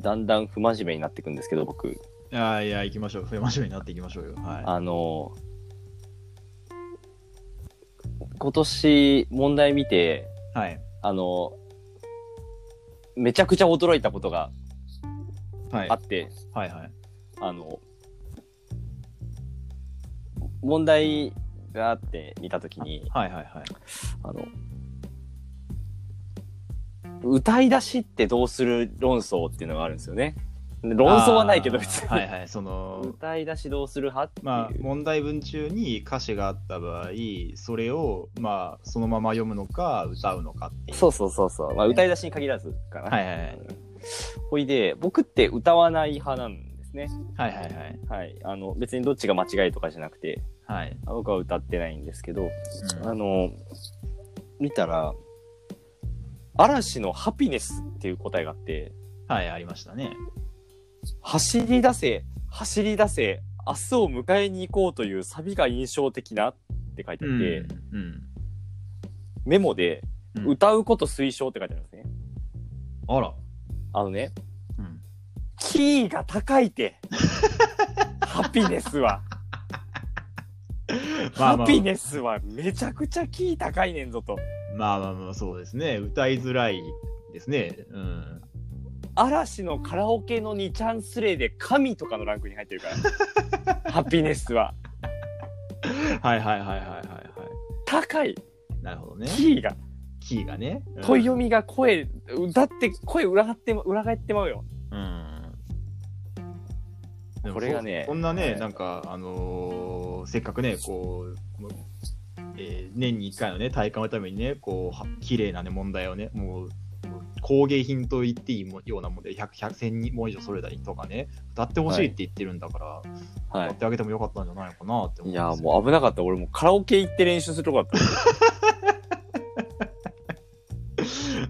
Speaker 1: だんだん不真面目になっていくんですけど僕
Speaker 2: いやいや、行きましょう。増えましょうになっていきましょうよ。は
Speaker 1: あの今年問題見て
Speaker 2: い。はい。
Speaker 1: あのめちゃくちゃ驚いたことが
Speaker 2: はい
Speaker 1: あ。って、
Speaker 2: はいはい。
Speaker 1: あの問題があって見た時に
Speaker 2: はいはいはい。
Speaker 1: あの歌い出しってどうする論争っていうのがあるんですよね。で論争はないけど
Speaker 2: あー
Speaker 1: 別に、
Speaker 2: はいはい。その、
Speaker 1: 歌い出しどうする派っていう、
Speaker 2: まあ、問題文中に歌詞があった場合、それを、まあ、そのまま読むのか、歌うのかっていう。
Speaker 1: そうそうそうそう、まあ、歌い出しに限らずかな。
Speaker 2: はいはいはい
Speaker 1: ほいで僕って歌わない派なんですね。
Speaker 2: はいはいはい。
Speaker 1: はい、あの別にどっちが間違いとかじゃなくて
Speaker 2: はい。
Speaker 1: あ僕は歌ってないんですけど、
Speaker 2: うん
Speaker 1: あの見たら嵐の「ハピネス」っていう答えがあって。
Speaker 2: はい、ありましたね。
Speaker 1: 走り出せ、走り出せ、明日を迎えに行こうというサビが印象的なって書いてあって、
Speaker 2: うん。
Speaker 1: メモで
Speaker 2: うん
Speaker 1: 歌うこと推奨って書いてあるんですね。
Speaker 2: あら。
Speaker 1: あのね、
Speaker 2: うん。
Speaker 1: キーが高い て、ハピネスは、
Speaker 2: まあ
Speaker 1: ハ
Speaker 2: まあ
Speaker 1: ピネスはめちゃくちゃキー高いねんぞと。
Speaker 2: まあまあまあ、そうですね。歌いづらいですね。うん。
Speaker 1: 嵐のカラオケの2チャンスレイで神とかのランクに入ってる から、ハピネスは。
Speaker 2: はいはいはいはいはいは
Speaker 1: 高い、
Speaker 2: い。なるほどね。
Speaker 1: キーが。
Speaker 2: キーがね。うん
Speaker 1: 問い読みが声、だって声裏返って、裏返ってまうよ。
Speaker 2: うん。でも
Speaker 1: これがね
Speaker 2: そそんなね、
Speaker 1: はい
Speaker 2: なんか、あのーせっかくね、こう、もうえー年に1回のね、体感のためにね、こう、は綺麗なね、問題をね、もう、もう工芸品と言っていいもようなもんで、100、100、1000問以上それたりとかね、歌ってほしいって言ってるんだから、
Speaker 1: は
Speaker 2: 歌ってあげてもよかったんじゃないのかなって思
Speaker 1: い
Speaker 2: うん
Speaker 1: や
Speaker 2: ですよ
Speaker 1: もう危なかった俺もうカラオケ行って練習するとこだった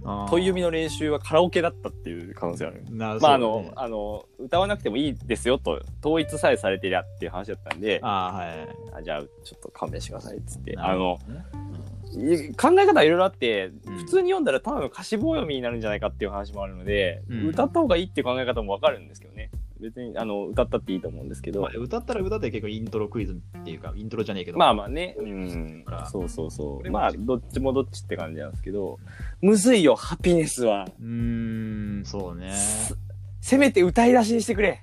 Speaker 2: あー
Speaker 1: 問い読みの練習はカラオケだったっていう可能性あるまあ
Speaker 2: な
Speaker 1: あ
Speaker 2: そう
Speaker 1: の,、
Speaker 2: ね
Speaker 1: あの歌わなくてもいいですよと統一さえされてりゃっていう話だったんであ
Speaker 2: あーはい
Speaker 1: じゃあちょっと勘弁してくださいっつって
Speaker 2: な
Speaker 1: あ
Speaker 2: る
Speaker 1: の
Speaker 2: ほどね
Speaker 1: い考え方はいろいろあって、
Speaker 2: うん
Speaker 1: 普通に読んだらただの歌詞棒読みになるんじゃないかっていう話もあるので、
Speaker 2: うん
Speaker 1: 歌った方がいいっていう考え方もわかるんですけどね別にあの歌ったっていいと思うんですけど、
Speaker 2: まあ歌ったら歌って結構イントロクイズっていうかイントロじゃねえけど
Speaker 1: まあ
Speaker 2: あ
Speaker 1: まあね、うん
Speaker 2: ほら、
Speaker 1: そうそうそう。
Speaker 2: れ
Speaker 1: まあ、どっちもどっちって感じなんですけど、むずいよ、ハピネスは。
Speaker 2: うーんそうね
Speaker 1: すせめて歌い出しにしてくれ。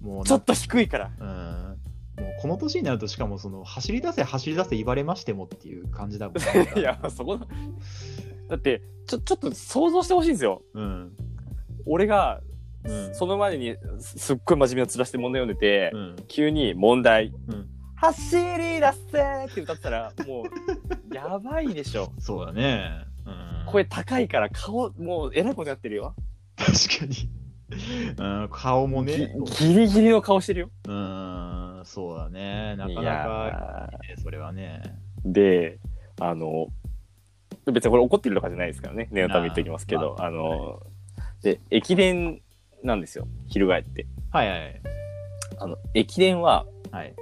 Speaker 2: もうな
Speaker 1: ちょっと低いから。
Speaker 2: うんもうこの年になるとしかもその走り出せ走り出せ言われましてもっていう感じだもん
Speaker 1: いや、そこ、だって、ちょ、ちょっと想像してほしいんですよ。
Speaker 2: うん
Speaker 1: 俺が、
Speaker 2: うん
Speaker 1: その前にすすっごい真面目な面して問題読んでて、
Speaker 2: うん
Speaker 1: 急に問題、
Speaker 2: うん
Speaker 1: 走り出せって歌ってたら、も う、やばいでしょ。
Speaker 2: そうだねうん
Speaker 1: 声高いから顔、もう、えらいことになってるよ。
Speaker 2: 確かに うん顔も
Speaker 1: ぎ
Speaker 2: ね
Speaker 1: ギリギリの顔してるよ。
Speaker 2: うんそうだねなか
Speaker 1: い
Speaker 2: なか
Speaker 1: や
Speaker 2: ねそれはね
Speaker 1: ーであの別にこれ怒ってるとかじゃないですからね念のため言っておきますけどあ、ので駅伝なんですよ翻って
Speaker 2: はいはい
Speaker 1: あの駅伝は
Speaker 2: はい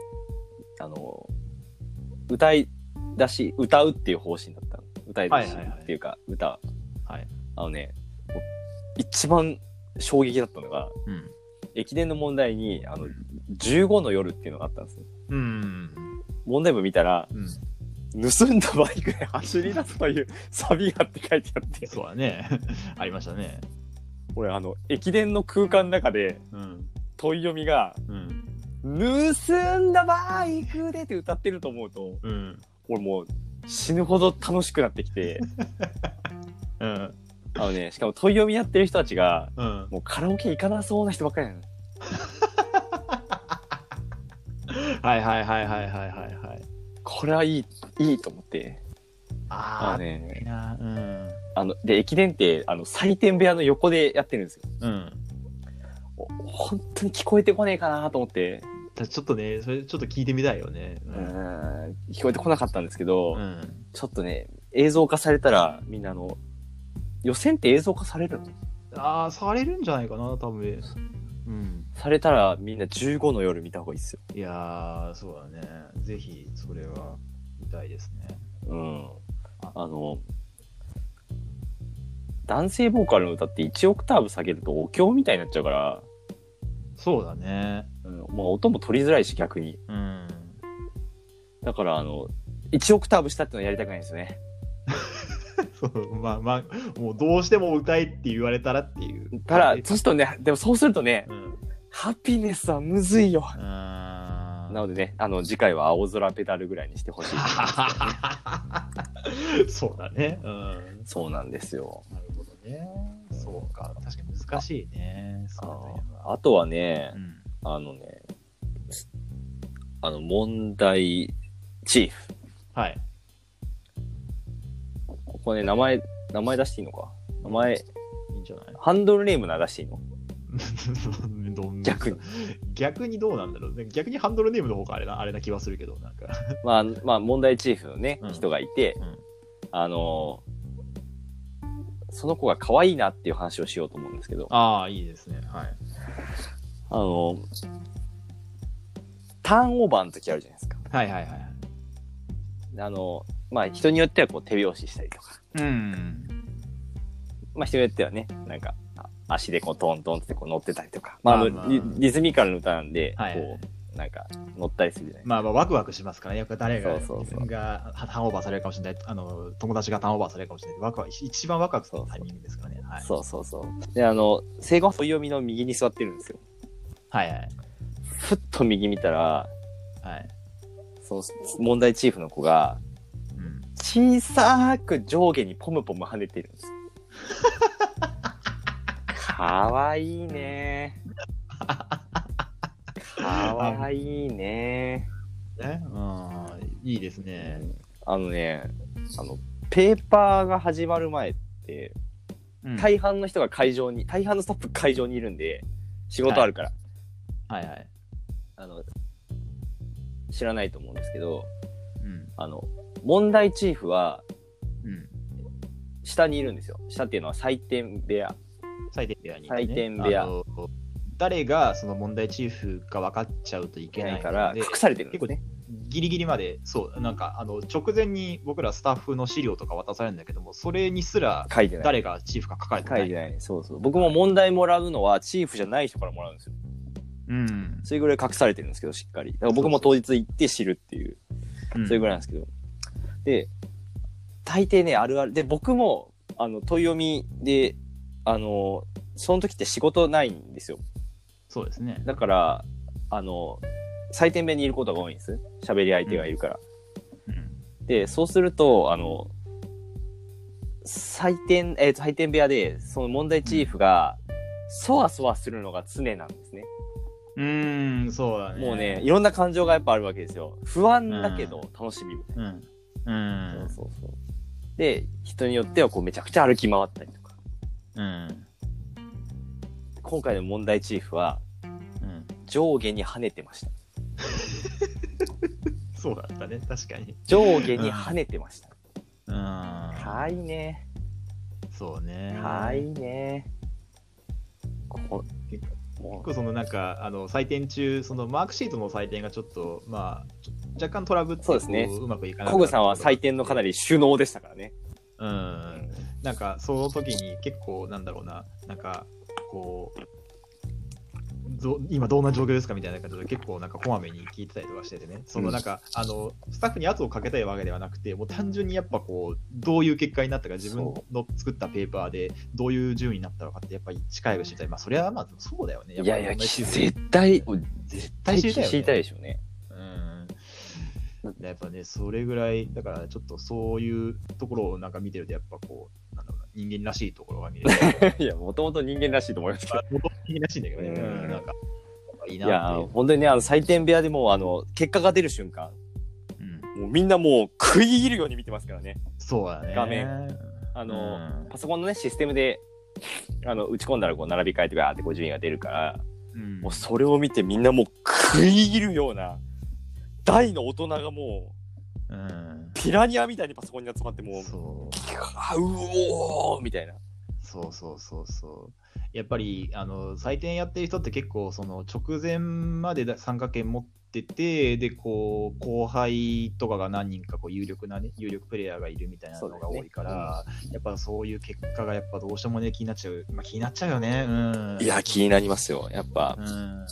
Speaker 1: あの歌い出し歌うっていう方針だったの歌い出しっていうか、歌は
Speaker 2: はい
Speaker 1: あのねもう一番衝撃だったのが
Speaker 2: うん
Speaker 1: 駅伝の問題にあの15の夜っていうのがあったんですよ
Speaker 2: うん
Speaker 1: 問題文見たら
Speaker 2: うん
Speaker 1: 盗んだバイクで走り出すというサビがあって書いてあって
Speaker 2: そうだね ありましたね
Speaker 1: 俺あの駅伝の空間の中で
Speaker 2: うん
Speaker 1: 問い読みが
Speaker 2: うん
Speaker 1: 「盗んだバイクで」って歌ってると思うと
Speaker 2: うん
Speaker 1: 俺もう死ぬほど楽しくなってき て
Speaker 2: うん
Speaker 1: あのねしかも問い読みやってる人たちが
Speaker 2: うん
Speaker 1: もうカラオケ行かなそうな人ばっかりなの
Speaker 2: はいはいはいはいはいはいはい
Speaker 1: これはいいいいと思ってあ
Speaker 2: あ
Speaker 1: の
Speaker 2: あね
Speaker 1: ね
Speaker 2: なうん
Speaker 1: あので駅伝ってあの採点部屋の横でやってるんですよ
Speaker 2: うん
Speaker 1: お本当に聞こえてこねえかなと思って
Speaker 2: だちょっとねそれちょっと聞いてみたいよね
Speaker 1: う
Speaker 2: うん
Speaker 1: ーん聞こえてこなかったんですけど、
Speaker 2: うん
Speaker 1: ちょっとね、映像化されたら、みんなあの、予選って映像化されるの
Speaker 2: ああ、されるんじゃないかな、多分。うん。
Speaker 1: されたらみんな15の夜見た方がいいっすよ。
Speaker 2: いやー、そうだね。ぜひ、それは、見たいですね。
Speaker 1: うん。あの、男性ボーカルの歌って1オクターブ下げるとお経みたいになっちゃうから、
Speaker 2: そうだね。
Speaker 1: うんまあ、音も取りづらいし逆に。
Speaker 2: うん。
Speaker 1: だから、あの、1オクターブ下ってのはやりたくないんですよね。
Speaker 2: そう、まあまあ、もうどうしても歌えって言われたらっていう。
Speaker 1: ただ
Speaker 2: う、
Speaker 1: そうするとね、でもそうするとね、
Speaker 2: ん。
Speaker 1: ハピネスはむずいよ。
Speaker 2: な
Speaker 1: なのでね、あの、次回は青空ペダルぐらいにしてほしい。
Speaker 2: そうだね。うん。
Speaker 1: そうなんですよ。
Speaker 2: なるほどね。そうか。確かに難しいね。そうだね。
Speaker 1: あとはね
Speaker 2: う、ん。
Speaker 1: あのね、あの、問題チーフ。
Speaker 2: はい。
Speaker 1: ここね、名前、名前出していいのか名前、
Speaker 2: いいんじゃない
Speaker 1: ハンドルネームなら出していいの
Speaker 2: どん
Speaker 1: 逆に。
Speaker 2: 逆にどうなんだろうね。逆にハンドルネームの方があれな、あれな気はするけど、なんか。
Speaker 1: まあ、まあ、問題チーフのね、
Speaker 2: うん
Speaker 1: 人がいて、
Speaker 2: うん
Speaker 1: あのーその子が可愛いなっていう話をしようと思うんですけど、
Speaker 2: ああ、いいですね。はい。
Speaker 1: あのーターンオーバーの時あるじゃないですか。
Speaker 2: はいはいはいはい。
Speaker 1: あのーまあ、人によってはこう手拍子したりとか、
Speaker 2: うん。
Speaker 1: まあ、人によってはね、なんか、あ足でこうトントンってこう乗ってたりとか、まあ、あの
Speaker 2: まあまあ
Speaker 1: リリズミカルの歌なんで、
Speaker 2: はいはい
Speaker 1: こう、なんか乗ったりするじゃないですか。
Speaker 2: まあまあ、ワクワクしますからね。やっぱ誰が、
Speaker 1: そうそうそう
Speaker 2: 自分がターンオーバーされるかもしれない。あの、友達がターンオーバーされるかもしれない。ワクワク、一番ワクワクするタイミングですからね。はい。
Speaker 1: そうそうそう。で、あの、生後読みの右に座ってるんですよ。
Speaker 2: はいはい。
Speaker 1: ふっと右見たら、
Speaker 2: はい。
Speaker 1: その問題チーフの子が、
Speaker 2: うん。
Speaker 1: 小さく上下にポムポム跳ねてるんです。かわいいね。かわいいね。
Speaker 2: ね、うん、いいですね。
Speaker 1: あのね、あの、ペーパーが始まる前って、
Speaker 2: うんはい
Speaker 1: 大半の人が会場に、大半のスタッフ会場にいるんで、仕事あるから、
Speaker 2: はい。
Speaker 1: あの、知らないと思うんですけど、
Speaker 2: うん。
Speaker 1: あの、問題チーフは
Speaker 2: うん。
Speaker 1: 下にいるんですよ。下っていうのは採点部屋。
Speaker 2: 採点部屋に、ね。
Speaker 1: 採点部屋
Speaker 2: あの。誰がその問題チーフか分かっちゃうといけないので
Speaker 1: から隠されてるんですね。
Speaker 2: ギリギリまで、そう、なんかあの直前に僕らスタッフの資料とか渡されるんだけども、それにすら
Speaker 1: 書いてない。
Speaker 2: 誰がチーフか書かれてな
Speaker 1: 書
Speaker 2: い。
Speaker 1: いてない。そうそう。僕も問題もらうのはチーフじゃない人からもらうんですよ。
Speaker 2: うん。
Speaker 1: それぐらい隠されてるんですけど、しっかり。だから僕も当日行って知るっていう、
Speaker 2: うん
Speaker 1: それぐらいなんですけど。で、大抵ね、あるある。で、僕も、あの、問い読みで、あの、その時って仕事ないんですよ。
Speaker 2: そうですね。
Speaker 1: だから、あの、採点部屋にいることが多いんです。喋り相手がいるから。
Speaker 2: うん
Speaker 1: で、そうすると、あの、採点、えーと採点部屋で、その問題チーフが、そわそわするのが常なんですね。
Speaker 2: うーん、そうだね。
Speaker 1: もうね、い。ろんな感情がやっぱあるわけですよ。不安だけど、楽しみみたい
Speaker 2: うん。
Speaker 1: な。
Speaker 2: うん。
Speaker 1: そうそうそう。で、人によっては、こう、めちゃくちゃ歩き回ったりとか。
Speaker 2: うん。
Speaker 1: 今回の問題チーフは、
Speaker 2: うん。
Speaker 1: 上下に跳ねてました。
Speaker 2: そうだったね、確かに。
Speaker 1: 上下に跳ねてました。
Speaker 2: うん。
Speaker 1: かわいいね。
Speaker 2: そうね。
Speaker 1: かわいいね。こ
Speaker 2: 結
Speaker 1: も
Speaker 2: 結構そのなんかあの採点中そのマークシートの採点がちょっとまあちょ若干トラブって
Speaker 1: そうですね
Speaker 2: こううまくいか
Speaker 1: う、
Speaker 2: な
Speaker 1: コグさんは採点のかな
Speaker 2: り
Speaker 1: り首脳でしたからね。
Speaker 2: うんなんかその時に結構なんだろうななんかこうど今どんな状況ですかみたいな感じで結構なんかこまめに聞いてたりとかしててねそのなんか、あのスタッフに圧をかけたいわけではなくてもう単純にやっぱこうどういう結果になったか自分
Speaker 1: そ
Speaker 2: の作ったペーパーでどういう順位になったのかってやっぱり近いが知りたいまあそれはまあそうだよ
Speaker 1: い
Speaker 2: ね
Speaker 1: やいや、
Speaker 2: っぱり同じ
Speaker 1: 絶対、
Speaker 2: 絶対
Speaker 1: 絶
Speaker 2: 知りたいよ、ね、
Speaker 1: 知りたいでしょうね。
Speaker 2: うんやっぱね、それぐらい、だからちょっとそういうところをなんか見てると、やっぱこう、なんだろうな、人間らしいところが見れる。
Speaker 1: いや、もともと人間らしいと思いますけど。
Speaker 2: 元々人間らしいんだけどね、
Speaker 1: う
Speaker 2: うんん、なんか、いい
Speaker 1: いや
Speaker 2: なっていう。、
Speaker 1: 本当にね、あの、採点部屋でもう、あの、結果が出る瞬間、
Speaker 2: うん、
Speaker 1: もうみんなもう食い入るように見てますからね。
Speaker 2: そうだね。
Speaker 1: 画面。あの、パソコンのね、システムで、あの、打ち込んだらこう、並び替えてガーってこう、順位が出るから、
Speaker 2: うん、
Speaker 1: もうそれを見てみんなもう食い入るような、大の大人がもう、
Speaker 2: うん、
Speaker 1: ピラニアみたいにパソコンに集まってもう、
Speaker 2: そう。
Speaker 1: あうおーみたいな。
Speaker 2: そうそうそうそう。やっぱりあの採点やってる人って結構その直前までだ参加権持っててでこう後輩とかが何人かこう有力なね有力プレイヤーがいるみたいなのが多いから、やっぱそういう結果がやっぱどうしてもね気になっちゃう、まあ、気になっちゃうよねうん
Speaker 1: いや、気になりますよ。やっぱ
Speaker 2: う、ん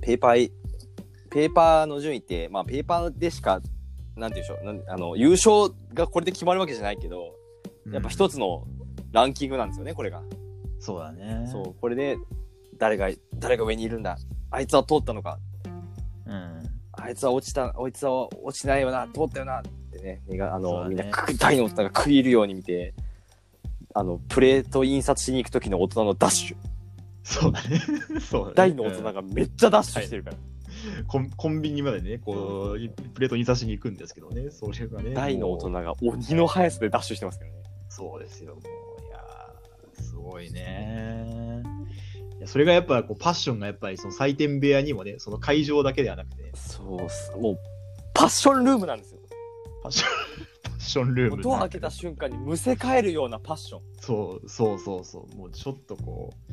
Speaker 1: ペーパー、ペーパーの順位って、まあ、ペーパーでしか、なんて言うんでしょう、なんあの優勝がこれで決まるわけじゃないけど、やっぱ一
Speaker 2: つ、
Speaker 1: つのランキングなんですよね、これが。
Speaker 2: そうだね
Speaker 1: そう、これで、誰が、誰が上にいるんだ。あいつは通ったのか。
Speaker 2: うん
Speaker 1: あいつは落ちた、あいつは落ちてないよな、通ったよな、ってね、目があ
Speaker 2: そう
Speaker 1: の、
Speaker 2: だ
Speaker 1: み
Speaker 2: ね
Speaker 1: んな、く大の大人が食い入るように見て、あの、プレート印刷しに行く時の大人のダッシュ。
Speaker 2: そうだね そうだね
Speaker 1: 大の大人
Speaker 2: うん
Speaker 1: がめっちゃダッシュしてるから。
Speaker 2: コンコンビニまでねこうプレートに差しに行くんですけどねそれがね
Speaker 1: 大の大
Speaker 2: もう
Speaker 1: 人が鬼の速さでダッシュしてますからね。
Speaker 2: そうですよ、もう、いやーすごいねいや。それがやっぱこうパッションがやっぱりその採点部屋にもね、その会場だけではなくて、
Speaker 1: そうっす。もう、パッションルームなんですよ。
Speaker 2: パッション パッションルー
Speaker 1: も
Speaker 2: ム
Speaker 1: う
Speaker 2: に
Speaker 1: ドア開けた瞬間にむせ返るようなパッション。
Speaker 2: そうそうそうそう、もうちょっとこう、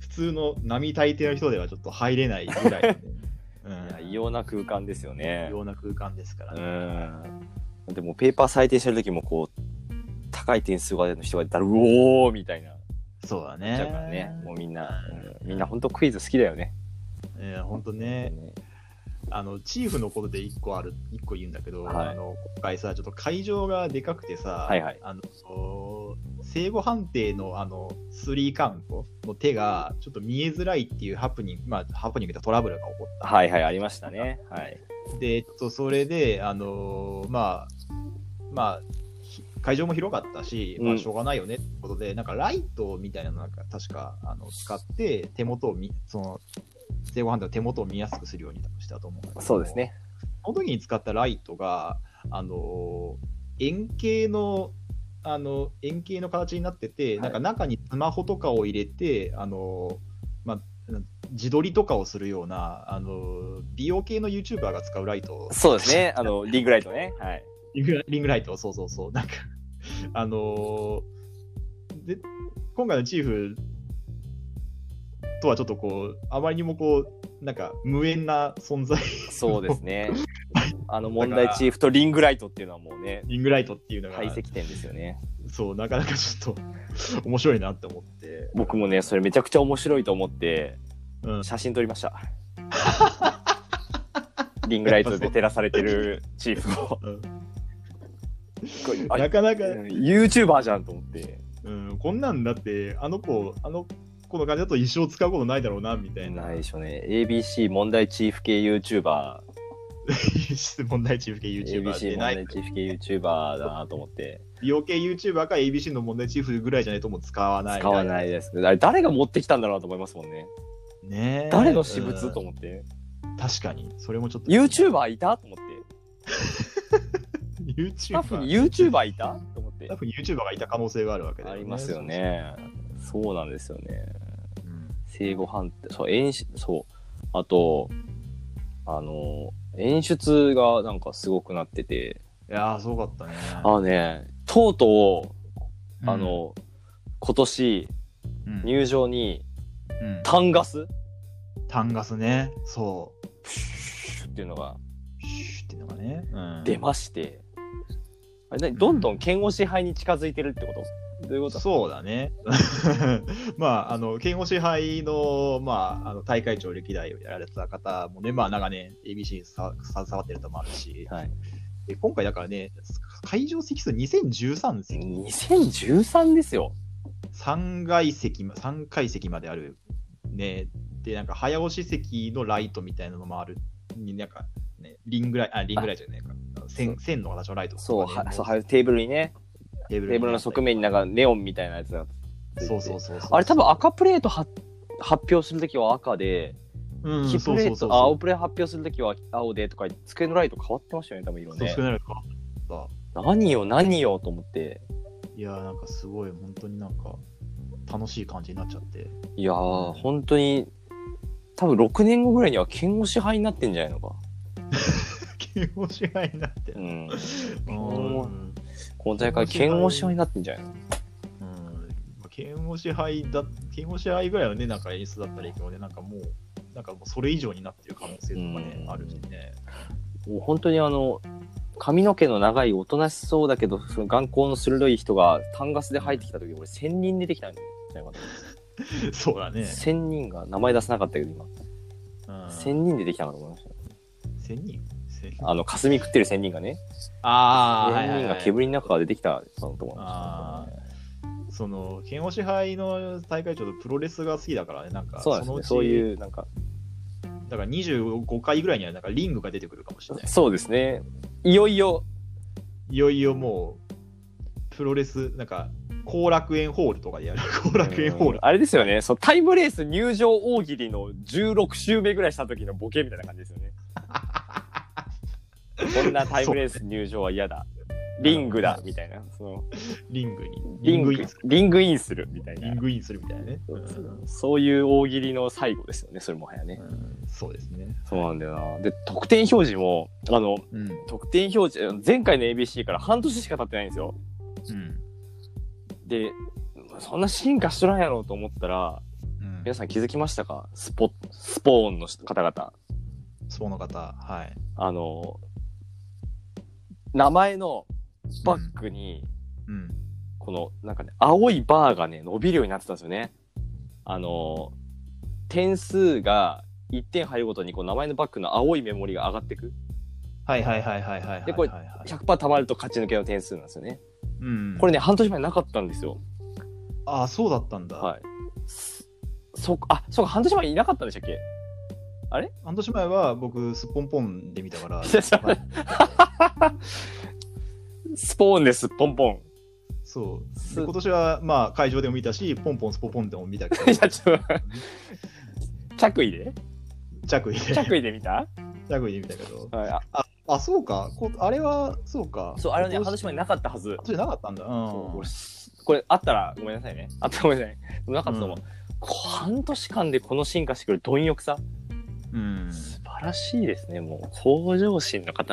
Speaker 2: 普通の並大抵の人ではちょっと入れないぐらいのね、
Speaker 1: いや
Speaker 2: うん、
Speaker 1: 異様な空間ですよね
Speaker 2: 異。様な空間ですから
Speaker 1: う
Speaker 2: ね。
Speaker 1: ん。でも、ペーパー採点してる時も、こう、高い点数が出る人がいたら、うおーみたいな。
Speaker 2: そうだ
Speaker 1: ちゃうから
Speaker 2: ね。
Speaker 1: ね。もうみんな、うんみんな本当クイズ好きだよね。
Speaker 2: えー、本当ね、あのチーフのことで1個ある一個言うんだけど、
Speaker 1: はい
Speaker 2: あの今回さちょっと会場がでかくてさ、
Speaker 1: はいはい
Speaker 2: あのお正誤判定のあのスリーカウントの手がちょっと見えづらいっていうハプニング、まあ、ハプニングでトラブルが起こった。
Speaker 1: はいはい、ありましたね。はい。
Speaker 2: で、えっと、それで、あのまあ、まあ、ひ会場も広かったし、ま
Speaker 1: う
Speaker 2: あ、
Speaker 1: ん
Speaker 2: しょうがないよねってことで、なんかライトみたいなのなんか確かあの使って、手元を見、その、正誤判定の手元を見やすくするようにしたと思うんだけど
Speaker 1: そうですね。
Speaker 2: その時に使ったライトが、あのー円形の、あの、円形の形になってて、
Speaker 1: い
Speaker 2: なんか中にスマホとかを入れて、あのーまあ、な自撮りとかをするような、あのー美容系の YouTuber が使うライト。
Speaker 1: そうですね。あの、リングライトね。はい。
Speaker 2: リングラリングライト、そうそうそう。なんか、あのーで、今回のチーフとはちょっとこう、あまりにもこう、なんか無縁な存在
Speaker 1: そうです ね。あの、問題チーフとリングライトっていうのはもうね、
Speaker 2: リングライトっていうのが
Speaker 1: 解析点ですよね。
Speaker 2: そう、なかなかちょっと面白いなって思って。
Speaker 1: 僕もね、それめちゃくちゃ面白いと思って、
Speaker 2: うん、
Speaker 1: 写真撮りま した。リングライトで照らされてるチーフ を。
Speaker 2: うん
Speaker 1: これあ
Speaker 2: なかなか、
Speaker 1: うん YouTuber じゃんと思って。
Speaker 2: うん、こんなんだって、あの子、あの子の感じだと一生使うことないだろうな、みたいな
Speaker 1: ないで しょうね。ABC 問題チーフ系 YouTuber。
Speaker 2: 問題チーフ系 YouTuber っ
Speaker 1: ABC
Speaker 2: て
Speaker 1: 問
Speaker 2: ない。
Speaker 1: 題チーフ系 YouTuber だなと思って。
Speaker 2: 美容系 YouTuber か ABC の問題チーフぐらいじゃないともう使わない。
Speaker 1: 使わないですね。あれ誰が持ってきたんだろうなと思いますもんね。
Speaker 2: ねえ
Speaker 1: 誰の私物と
Speaker 2: うん
Speaker 1: 思って。
Speaker 2: 確かに、それもちょっと。
Speaker 1: YouTuber いたと思って。
Speaker 2: YouTuber
Speaker 1: スタッフに YouTuber いたと思って
Speaker 2: スタッ。フに YouTuber がいた可能性があるわけだ
Speaker 1: あ
Speaker 2: よね
Speaker 1: りますよ。ね。そうなんですよね。
Speaker 2: そうそううん
Speaker 1: 生後判定。そう、演出、そう。あと、あの、演出がなんかすごくなってて。
Speaker 2: いやー、すごかったね。
Speaker 1: あのね、とうとう、あ、の、今年
Speaker 2: うん、
Speaker 1: 入場に
Speaker 2: うん
Speaker 1: タンガス
Speaker 2: タンガスね、そう。
Speaker 1: プシューっていうのが
Speaker 2: シューっていうのがね、
Speaker 1: 出まして、あれ何どんどん剣を支配に近づいてるってことどういうこと
Speaker 2: そうだね。 まあ、あの、剣王支配の、まあ、あの大会長歴代をやられてた方もね、まあ、長年 ABC にさ携わってるともあるし、
Speaker 1: はい、
Speaker 2: で今回だからね、会場席数2013席、
Speaker 1: 2013ですよ
Speaker 2: 3階席、3階席まである、ね、で、なんか早押し席のライトみたいなのもある、になんか、ね、リングライ、あ、リングライトじゃないか、あの線線の形のライトとかね、
Speaker 1: そうはそうはテーブルにね
Speaker 2: テーブ
Speaker 1: テーブルの側面になんかネオンみたいなやつがついて
Speaker 2: そうそうそうそう。
Speaker 1: あれ多分赤プレートは発表するときは赤で、
Speaker 2: うん、
Speaker 1: 黄プ
Speaker 2: そう
Speaker 1: レ
Speaker 2: そう
Speaker 1: ー
Speaker 2: そう
Speaker 1: ト
Speaker 2: そう
Speaker 1: あ青プレート発表するときは青でとか机のライト変わってましたよね多分色
Speaker 2: そう
Speaker 1: ね
Speaker 2: 少ないか。
Speaker 1: 何よ何よと思って
Speaker 2: いやーなんかすごい本当になんか楽しい感じになっちゃって
Speaker 1: いやー本当に多分6年後ぐらいには剣を支配になってんじゃないのか
Speaker 2: 気持ちがいになって
Speaker 1: う
Speaker 2: うん ん、うん
Speaker 1: この大会、剣王支配になってんじゃないの
Speaker 2: まあ、本支配だ、基本支配ぐらいはね、なんか演出だったらいいけどね、なんかもう、なんかもうそれ以上になってる可能性とかね
Speaker 1: う、ん
Speaker 2: あるしね。
Speaker 1: もう本当にあの髪の毛の長いおとなしそうだけどその眼光の鋭い人がタンガスで入ってきた時俺1,000人出てきたんじゃないかな
Speaker 2: そうだね。
Speaker 1: 1,000人が名前出せなかったけど今
Speaker 2: うん、
Speaker 1: 1,000人出てきたかと思いました
Speaker 2: 千人千人
Speaker 1: あの霞食ってる1,000人がね
Speaker 2: あー、はいは
Speaker 1: 1,000
Speaker 2: い
Speaker 1: 人
Speaker 2: は
Speaker 1: が
Speaker 2: い
Speaker 1: 煙の中から出てきたそのと思い
Speaker 2: あ
Speaker 1: まし
Speaker 2: その、剣王支配の大会長とプロレスが好きだからね、なん
Speaker 1: た
Speaker 2: か、
Speaker 1: そうなんです
Speaker 2: の
Speaker 1: ね
Speaker 2: うち、
Speaker 1: そういうなんか
Speaker 2: だから25回ぐらいには、なんかリングが出てくるかもしれない。
Speaker 1: そうですねいよいよ
Speaker 2: いよいよもう、プロレス、なんか、後楽園ホールとかでやる。後楽園ホール。
Speaker 1: あれですよねそのタイムレース入場大喜利の16周目ぐらいした時のボケみたいな感じですよ ねこんなタイムレース入場は嫌だリングだみたいなその
Speaker 2: リングに。
Speaker 1: リング
Speaker 2: インする。
Speaker 1: リングインするみたい
Speaker 2: リ
Speaker 1: な
Speaker 2: ングインするみたいなね。
Speaker 1: そう
Speaker 2: うん
Speaker 1: そうそういう大喜利の最後ですよねそれもはやね、
Speaker 2: うんそうですね。
Speaker 1: そうなんだよなで得点表示もあの
Speaker 2: うん。
Speaker 1: 得点表示前回の ABC から半年しか経ってないんですよ
Speaker 2: うん。
Speaker 1: でそんな進化しとらんやろうと思ったら
Speaker 2: うん
Speaker 1: 皆さん気づきましたかスポスポーンの方々
Speaker 2: スポの方、はい。
Speaker 1: あの名前のバッグに、
Speaker 2: うん。
Speaker 1: このなんかね青いバーがね伸びるようになってたんですよねあの点数が1点入るごとにこう名前のバッグの青いメモリが上がっていく
Speaker 2: はいはいはいはいはいはいはいはい。
Speaker 1: でこれ
Speaker 2: はいはい
Speaker 1: 100%貯まると勝ち抜けの点数なんですよね
Speaker 2: うん、
Speaker 1: これね半年前なかったんですよ
Speaker 2: ああ、そうだったんだ。
Speaker 1: はいそそあそうか半年前いなかったんでしたっけ
Speaker 2: 半年前は僕、すっぽんぽんで見た から、
Speaker 1: スポーンですポンポン
Speaker 2: そう。
Speaker 1: す
Speaker 2: で今年は、まあ、会場でも見たし、ポンポンスポポンでも 見たけど
Speaker 1: い、やちょっと着衣で
Speaker 2: 着衣
Speaker 1: 着
Speaker 2: で、着
Speaker 1: 衣で見た、
Speaker 2: 衣で見たけど。
Speaker 1: はい、あ
Speaker 2: あ、そうか。こあれは、そうか。
Speaker 1: そうあれはね
Speaker 2: 今
Speaker 1: 半
Speaker 2: 年
Speaker 1: 年前なかったはず
Speaker 2: 今年なかったんだ。うん。
Speaker 1: これあったらごめんなさいねあったらごめんなさいなかったと思う、こ半年間でこの進化してくる貪欲さ
Speaker 2: うん。
Speaker 1: 素晴らしいですねもう向上心の塊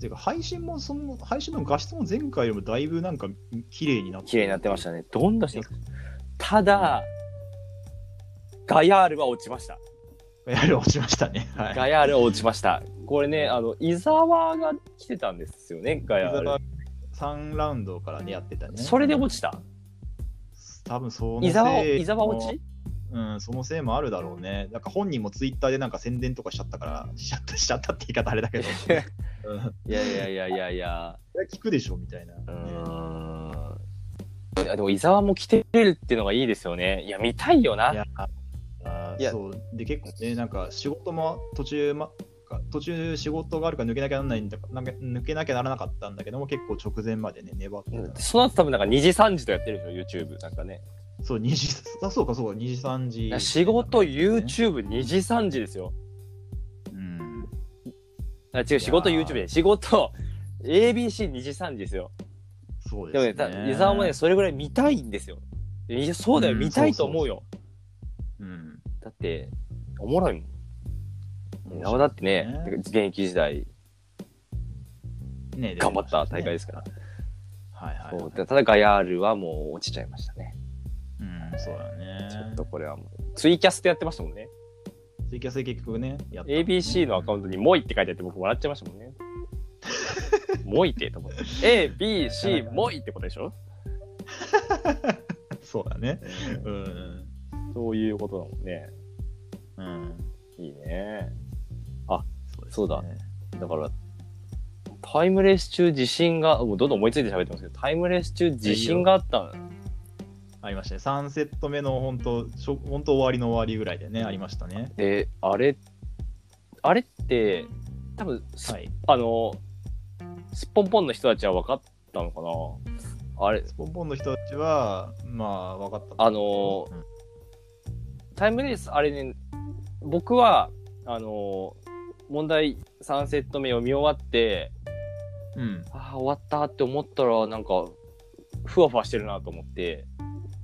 Speaker 2: ていうか、配信も、その、配信の画質も前回よりもだいぶなんか、綺麗になって。。
Speaker 1: 綺麗になってましたたねどんどん進化ただ、ガヤールは落ちました、
Speaker 2: やる落ちましたね。はい。
Speaker 1: ガヤールは落ちましたこれねあの伊沢が来てたんですよねガヤール
Speaker 2: 3ラウンドからね、やってたね。
Speaker 1: それで落ちた
Speaker 2: 多分その
Speaker 1: 伊沢
Speaker 2: せい
Speaker 1: 伊沢落ち
Speaker 2: うん、そのせいもあるだろうね。なんか本人もツイッターでなんか宣伝とかしちゃったから、しちゃったしちゃったって言い方あれ だけど、うん、
Speaker 1: いやいやいやいやいや
Speaker 2: それは聞くでしょみたいな。
Speaker 1: うーんいやでも伊沢も来てるっていうのがいいですよね。いや、見たいよな。
Speaker 2: いや、あ
Speaker 1: いや
Speaker 2: そう。で、結構ね、なんか仕事も途中、ま、か途中仕事があるから抜けなきゃならないんだかなんか抜けなきゃならなかったんだけども、結構直前までね、粘ってた。
Speaker 1: その後多分なんか2時3時とやってるでしょ、YouTube なんかね。
Speaker 2: そう、2時、あ、そうか、そうか、2時、3時。
Speaker 1: 仕事、YouTube2 時3時ですよ。
Speaker 2: うん。
Speaker 1: あ違う、仕事
Speaker 2: いやー
Speaker 1: YouTube で。仕事 ABC2 時3時ですよ。
Speaker 2: そう
Speaker 1: で
Speaker 2: で
Speaker 1: も
Speaker 2: す
Speaker 1: ね
Speaker 2: ね。
Speaker 1: た、伊沢もね、それぐらい見たいんですよ。いやそうだよ、
Speaker 2: うん
Speaker 1: 見たいと思うよ。
Speaker 2: うん。
Speaker 1: だって、おもろいもん。伊沢だってね、
Speaker 2: ね
Speaker 1: 現役時代
Speaker 2: ね
Speaker 1: 頑張った大会ですから。
Speaker 2: はいはい、
Speaker 1: そう
Speaker 2: はい。
Speaker 1: ただ、ガヤールはもう落ちちゃいましたね。
Speaker 2: うん、そうだね。
Speaker 1: ちょっとこれはもう、ツイキャスでやってましたもんね。
Speaker 2: ツイキャスで結局ね、やったもんね
Speaker 1: ABC のアカウントに「モイ」って書いてあって僕笑っちゃいましたもん ね。モイってと思って。ABC モイってことでしょ
Speaker 2: そうだね。うん。
Speaker 1: そういうことだもんね。
Speaker 2: うん。
Speaker 1: いいね。
Speaker 2: そうですね
Speaker 1: そうだだからタイムレース中地震がもうどんどん思いついて喋ってますけどタイムレース中地震があったん
Speaker 2: ありましたね。3セット目の本当、しょ本当終わりの終わりぐらいでね、ありましたね。
Speaker 1: であれあれって多分す、
Speaker 2: はい。
Speaker 1: あのすっぽんぽんの人たちは分かったのかなあれ
Speaker 2: スポンポンの人たちは、まあ、分かったと
Speaker 1: あのータイムレース、あれね、僕は、あのー問題3セット目を見終わって、
Speaker 2: うん。うん
Speaker 1: ああ、終わったって思ったら、なんか、ふわふわしてるなと思って、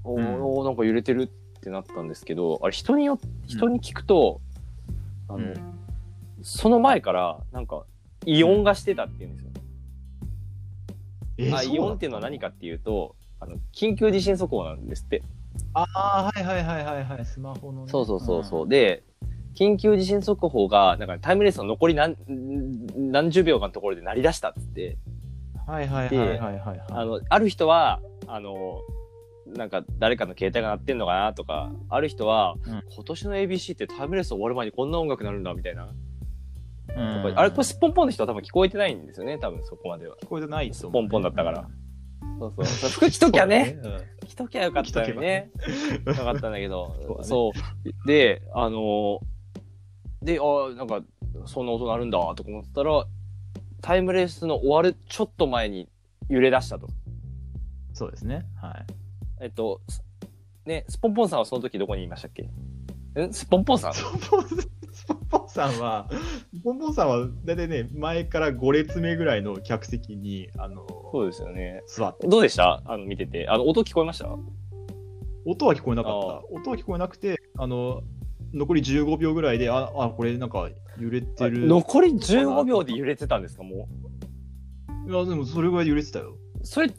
Speaker 1: おー
Speaker 2: うん
Speaker 1: おー、なんか揺れてるってなったんですけど、あれ、人によ、人に聞くと、あの、
Speaker 2: うん
Speaker 1: その前から、なんか、異音がしてたっていうんですよ。
Speaker 2: え
Speaker 1: あ
Speaker 2: そうだ
Speaker 1: 異音っていうのは何かっていうと、あの緊急地震速報なんですって。
Speaker 2: ああ、はいはいはいはいはい、スマホのね。
Speaker 1: そうそうそうそう。
Speaker 2: ん。
Speaker 1: で、緊急地震速報が、なんかタイムレースの残り何、ん何十秒かのところで鳴り出したっつって、
Speaker 2: はいはいはいはいはいはい。
Speaker 1: あの、ある人は、あの、なんか誰かの携帯が鳴ってんのかなとか、ある人は、
Speaker 2: うん
Speaker 1: 今年の ABC ってタイムレース終わる前にこんな音楽なるんだみたいな。
Speaker 2: うん、
Speaker 1: あれ、これすっぽんぽんの人は多分聞こえてないんですよね、多分そこまでは。
Speaker 2: 聞こえてないと思う
Speaker 1: ポンポンだったから。そうそう。服着ときゃね。
Speaker 2: そうだね
Speaker 1: 着ときゃよかったのにね。よかったんだけど。そ
Speaker 2: そ
Speaker 1: う。で、あのーで、あーなんか、そんな音鳴るんだ、とか思ってたら、タイムレースの終わるちょっと前に揺れ出したと。
Speaker 2: うんそうですね。はい。
Speaker 1: えっと、すね、スポンポンさんはその時どこにいましたっけんスポンポンさん
Speaker 2: スポンポンスポンポンさんは、スポンポンさんは大体ね、前から5列目ぐらいの客席にあの
Speaker 1: そうですよね。
Speaker 2: 座って、
Speaker 1: どうでしたあの、見てて。あの、音聞こえました
Speaker 2: 音は聞こえなかった
Speaker 1: あ。
Speaker 2: 音は聞こえなくて、あの残り15秒ぐらいで、ああ、これなんか揺れてる。
Speaker 1: 残り15秒で揺れてたんですかもう。
Speaker 2: いや、でもそれぐらい揺れてたよ。
Speaker 1: それ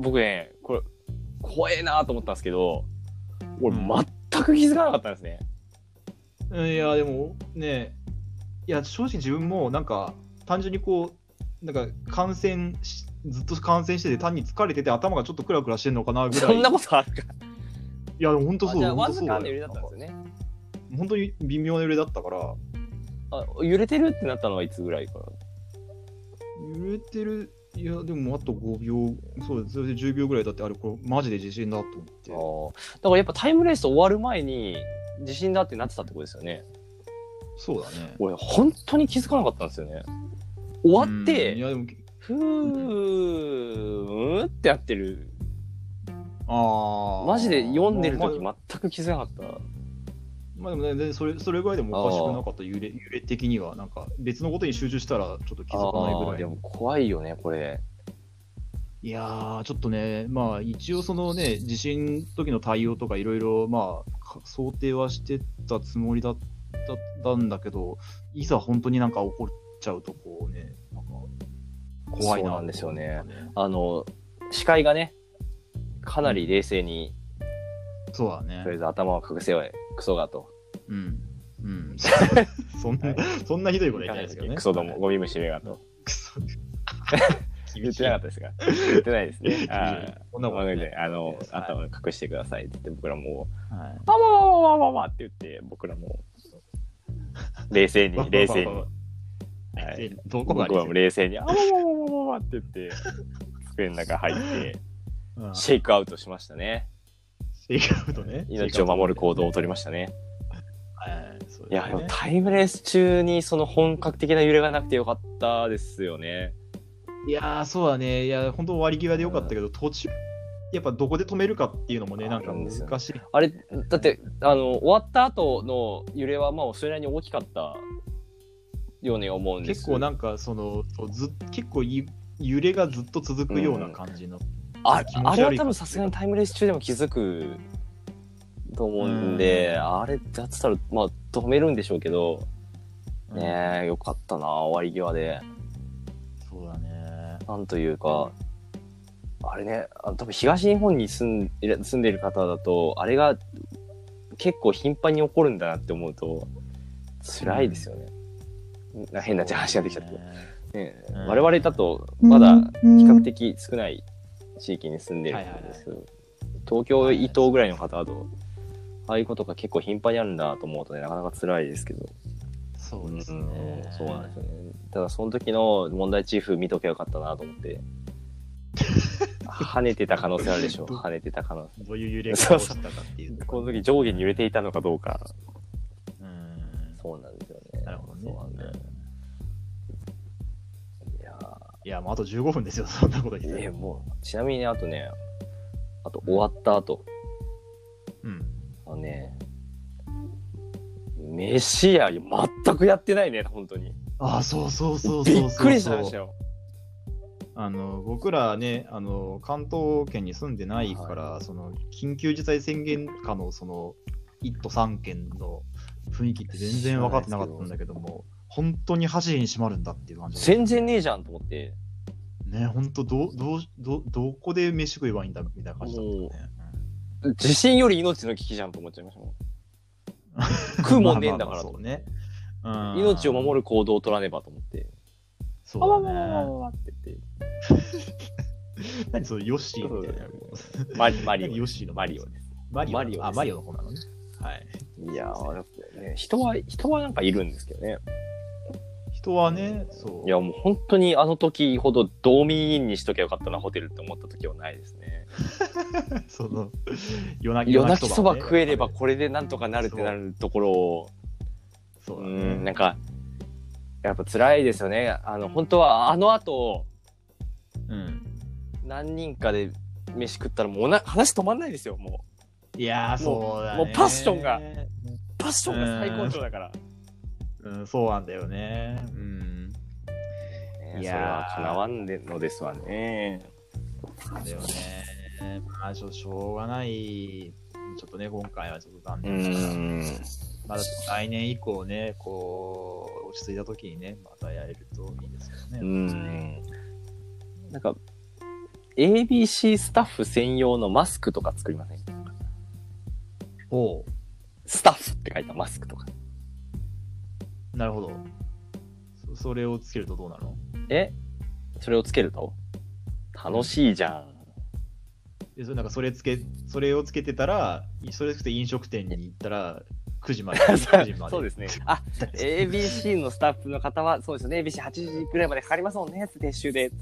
Speaker 1: 僕ねこれ怖えなと思ったんですけど俺
Speaker 2: うん
Speaker 1: 全く気づかなかったんですね、
Speaker 2: うんいや、でもね、いや、正直自分もなんか、単純にこう、なんか感染し、ずっと感染してて、単に疲れてて、頭がちょっとクラクラしてんのかなぐらい。
Speaker 1: そんなことあるか
Speaker 2: いや、本当そう、
Speaker 1: あじゃあわ
Speaker 2: 本当
Speaker 1: ず
Speaker 2: そう
Speaker 1: か
Speaker 2: だ
Speaker 1: の揺れだ
Speaker 2: よ
Speaker 1: ったんですよね
Speaker 2: 本当に微妙な揺れだったから、
Speaker 1: あ揺れてるってなったのはいつぐらいから
Speaker 2: 揺れてる、いや、でもあと5秒、そうです、それで10秒ぐらいだって、あれ、これ、マジで地震だと思って。
Speaker 1: だからやっぱタイムレース終わる前に地震だってなってたってことですよね
Speaker 2: そうだね。
Speaker 1: 俺本当に気づかなかったんですよね終わっ
Speaker 2: うんい
Speaker 1: て
Speaker 2: や、でも、
Speaker 1: ふーんってやってる
Speaker 2: ああ。
Speaker 1: マジで読んでる時
Speaker 2: まあ、
Speaker 1: 全く気づかなかった
Speaker 2: まあでもね、全然それ、それぐらいでもおかしくなかった、揺れ、揺れ的には、なんか、別のことに集中したら、ちょっと気づかないぐ
Speaker 1: あ
Speaker 2: ら
Speaker 1: ー
Speaker 2: い
Speaker 1: で。も怖いよねこれ
Speaker 2: いやー、ちょっとね、まあ、一応、そのね、地震時の対応とか、いろいろ、まあ、か想定はしてたつもりだっただんだけど、いざ本当になんか起こっちゃうと、こうね、なんか、怖いな
Speaker 1: そうなんですよね。あの視界がねかなり冷静に、
Speaker 2: そうだね
Speaker 1: とりあ。えず頭を隠せよクソがと
Speaker 2: うん。 うん。そんな、そんなひどいことは言ってないですけどね。
Speaker 1: クソども。ゴミ虫めがと
Speaker 2: クソ。
Speaker 1: 言
Speaker 2: 厳
Speaker 1: っ
Speaker 2: しい
Speaker 1: てなかったですか言ってないですねああ
Speaker 2: そんなこ
Speaker 1: な
Speaker 2: とな
Speaker 1: の
Speaker 2: い
Speaker 1: であの、
Speaker 2: はい
Speaker 1: 頭を隠してくださいって言って僕らも
Speaker 2: はい
Speaker 1: 「わわわわわわわ」って言って僕らも冷静に冷静に、は
Speaker 2: 冷静
Speaker 1: い、
Speaker 2: にどこが
Speaker 1: 僕
Speaker 2: 冷
Speaker 1: らも
Speaker 2: 静
Speaker 1: 冷静に「あわわわわわわ」って言って机の中入って
Speaker 2: うんシ
Speaker 1: シェイクアウトしましたね
Speaker 2: ェイクアウトね。
Speaker 1: 命を守る行動を取りましたね
Speaker 2: はい。そう
Speaker 1: い
Speaker 2: です
Speaker 1: や、でも
Speaker 2: ね
Speaker 1: タイムレース中にその本格的な揺れがなくてよかったですよね。
Speaker 2: いやー、そうだね。いや、本当割り際でよかったけど、途中、やっぱどこで止めるかっていうのもね、なんか難しい。
Speaker 1: あれ、だって、あの、終わった後の揺れは、まあ、それなりに大きかったように思うんです
Speaker 2: 結構なんか、その、ず結構い揺れがずっと続くような感じの。
Speaker 1: あ
Speaker 2: 気持ち悪いか
Speaker 1: あれは多分さすがにタイムレース中でも気づくと思うんで、
Speaker 2: う
Speaker 1: あれだってたら、まあ、止めるんでしょうけど、ねえ、よかったな、終わり際で。
Speaker 2: そうだね。
Speaker 1: なんというか、あれね、あ多分東日本に住んいら住んでる方だと、あれが結構頻繁に起こるんだなって思うと、辛いですよね。な変な話ができちゃって。ねえ
Speaker 2: うん
Speaker 1: 我々だと、まだ比較的少ない地域に住んでるんですけど、東京伊東ぐらいの方だと、ああいうことが結構頻繁にあるんだと思うとね、なかなか辛いですけど。
Speaker 2: そう
Speaker 1: うん
Speaker 2: です
Speaker 1: そ
Speaker 2: ね。
Speaker 1: うなんですよね。ただその時の問題チーフ見とけばよかったなと思って。跳ねてた可能性ある でしょう。跳ねてた可能
Speaker 2: どういう揺れ方をしたかっていう
Speaker 1: 性。。この時上下に揺れていたのかどうか。
Speaker 2: うん
Speaker 1: そうなんですよね。
Speaker 2: なるほど
Speaker 1: そ
Speaker 2: ね
Speaker 1: うなんだよ。。いや
Speaker 2: いや、もうあと15分ですよ、 そんなこと言っ
Speaker 1: ー
Speaker 2: て
Speaker 1: えー。もう、ちなみにねあとね、あと終わった後、
Speaker 2: うん。
Speaker 1: あのね、飯や、全くやってないね、本当に。
Speaker 2: ああ、そうそうそうそう
Speaker 1: び
Speaker 2: そう。
Speaker 1: っくりしましたよ。
Speaker 2: あの僕らねあの、関東圏に住んでないから、その緊急事態宣言下のその1都3県の雰囲気って全然分かってなかったんだけども、本当に箸に閉まるんだっていう感じだった
Speaker 1: 全然ねえじゃんと思って。
Speaker 2: ねね、本当どうどうどうどこで飯食えばいいんだみたいな感じだったもんね。
Speaker 1: 地震より命の危機じゃんと思っちゃいま したもん。食うもんねえんだから
Speaker 2: ま
Speaker 1: と
Speaker 2: あまあまあそうね。うん
Speaker 1: 命を守る行動を取らねばと思って。
Speaker 2: そ
Speaker 1: あわ
Speaker 2: う
Speaker 1: わわわわ
Speaker 2: だね。
Speaker 1: わって言っ
Speaker 2: 何それ、ヨッシーみたいな。
Speaker 1: て。マリマリ
Speaker 2: 何
Speaker 1: オ
Speaker 2: ヨッ。シーの
Speaker 1: マリオです。
Speaker 2: マリオ。
Speaker 1: マリオです
Speaker 2: あ、マリオの方なのね。はい。
Speaker 1: いやー、だってね、人は、人はなんかいるんですけどね。
Speaker 2: 人はね、そう。
Speaker 1: いや、もう本当にあの時ほどドーミーインにしときゃよかったな、ホテルって思った時はないですね。
Speaker 2: その夜な
Speaker 1: 夜泣きそば食えれば
Speaker 2: ね
Speaker 1: これでなんとかなるってなるところを、
Speaker 2: そう
Speaker 1: う
Speaker 2: だ
Speaker 1: ん、
Speaker 2: ね
Speaker 1: なんか、やっぱ辛いですよね。あの、本当はあの後、
Speaker 2: うん
Speaker 1: 何人かで飯食ったらもうおな話止まんないですよ、もう。
Speaker 2: いやーそうだね
Speaker 1: もうパッションがパッションが最高潮だから。
Speaker 2: うんそうなんだよねうん
Speaker 1: ね
Speaker 2: い
Speaker 1: そ
Speaker 2: やー
Speaker 1: れはかなわんでのですわね。
Speaker 2: なんだよねまあちょっとしょうがないちょっとね今回はちょっと残
Speaker 1: う
Speaker 2: 念ながら
Speaker 1: ん。
Speaker 2: まあ来年以降ねこう落ち着いた時にねまたやれるといいですけ
Speaker 1: う
Speaker 2: どね
Speaker 1: ん。なんか、ABC スタッフ専用のマスクとか作りません
Speaker 2: おう
Speaker 1: スタッフって書いたマスクとか。
Speaker 2: なるほどそそれをつけるとどうなの
Speaker 1: えそれをつけると楽しいじゃん。
Speaker 2: でそれなんかそれつけそれをつけてたら、いそれつけて飲食店に行ったら、9時まで。9時ま で
Speaker 1: そうですね。あ、ABC のスタッフの方は、そうですよね。ABC8 時ぐらいまでかかりますもんね。撤収で。
Speaker 2: うん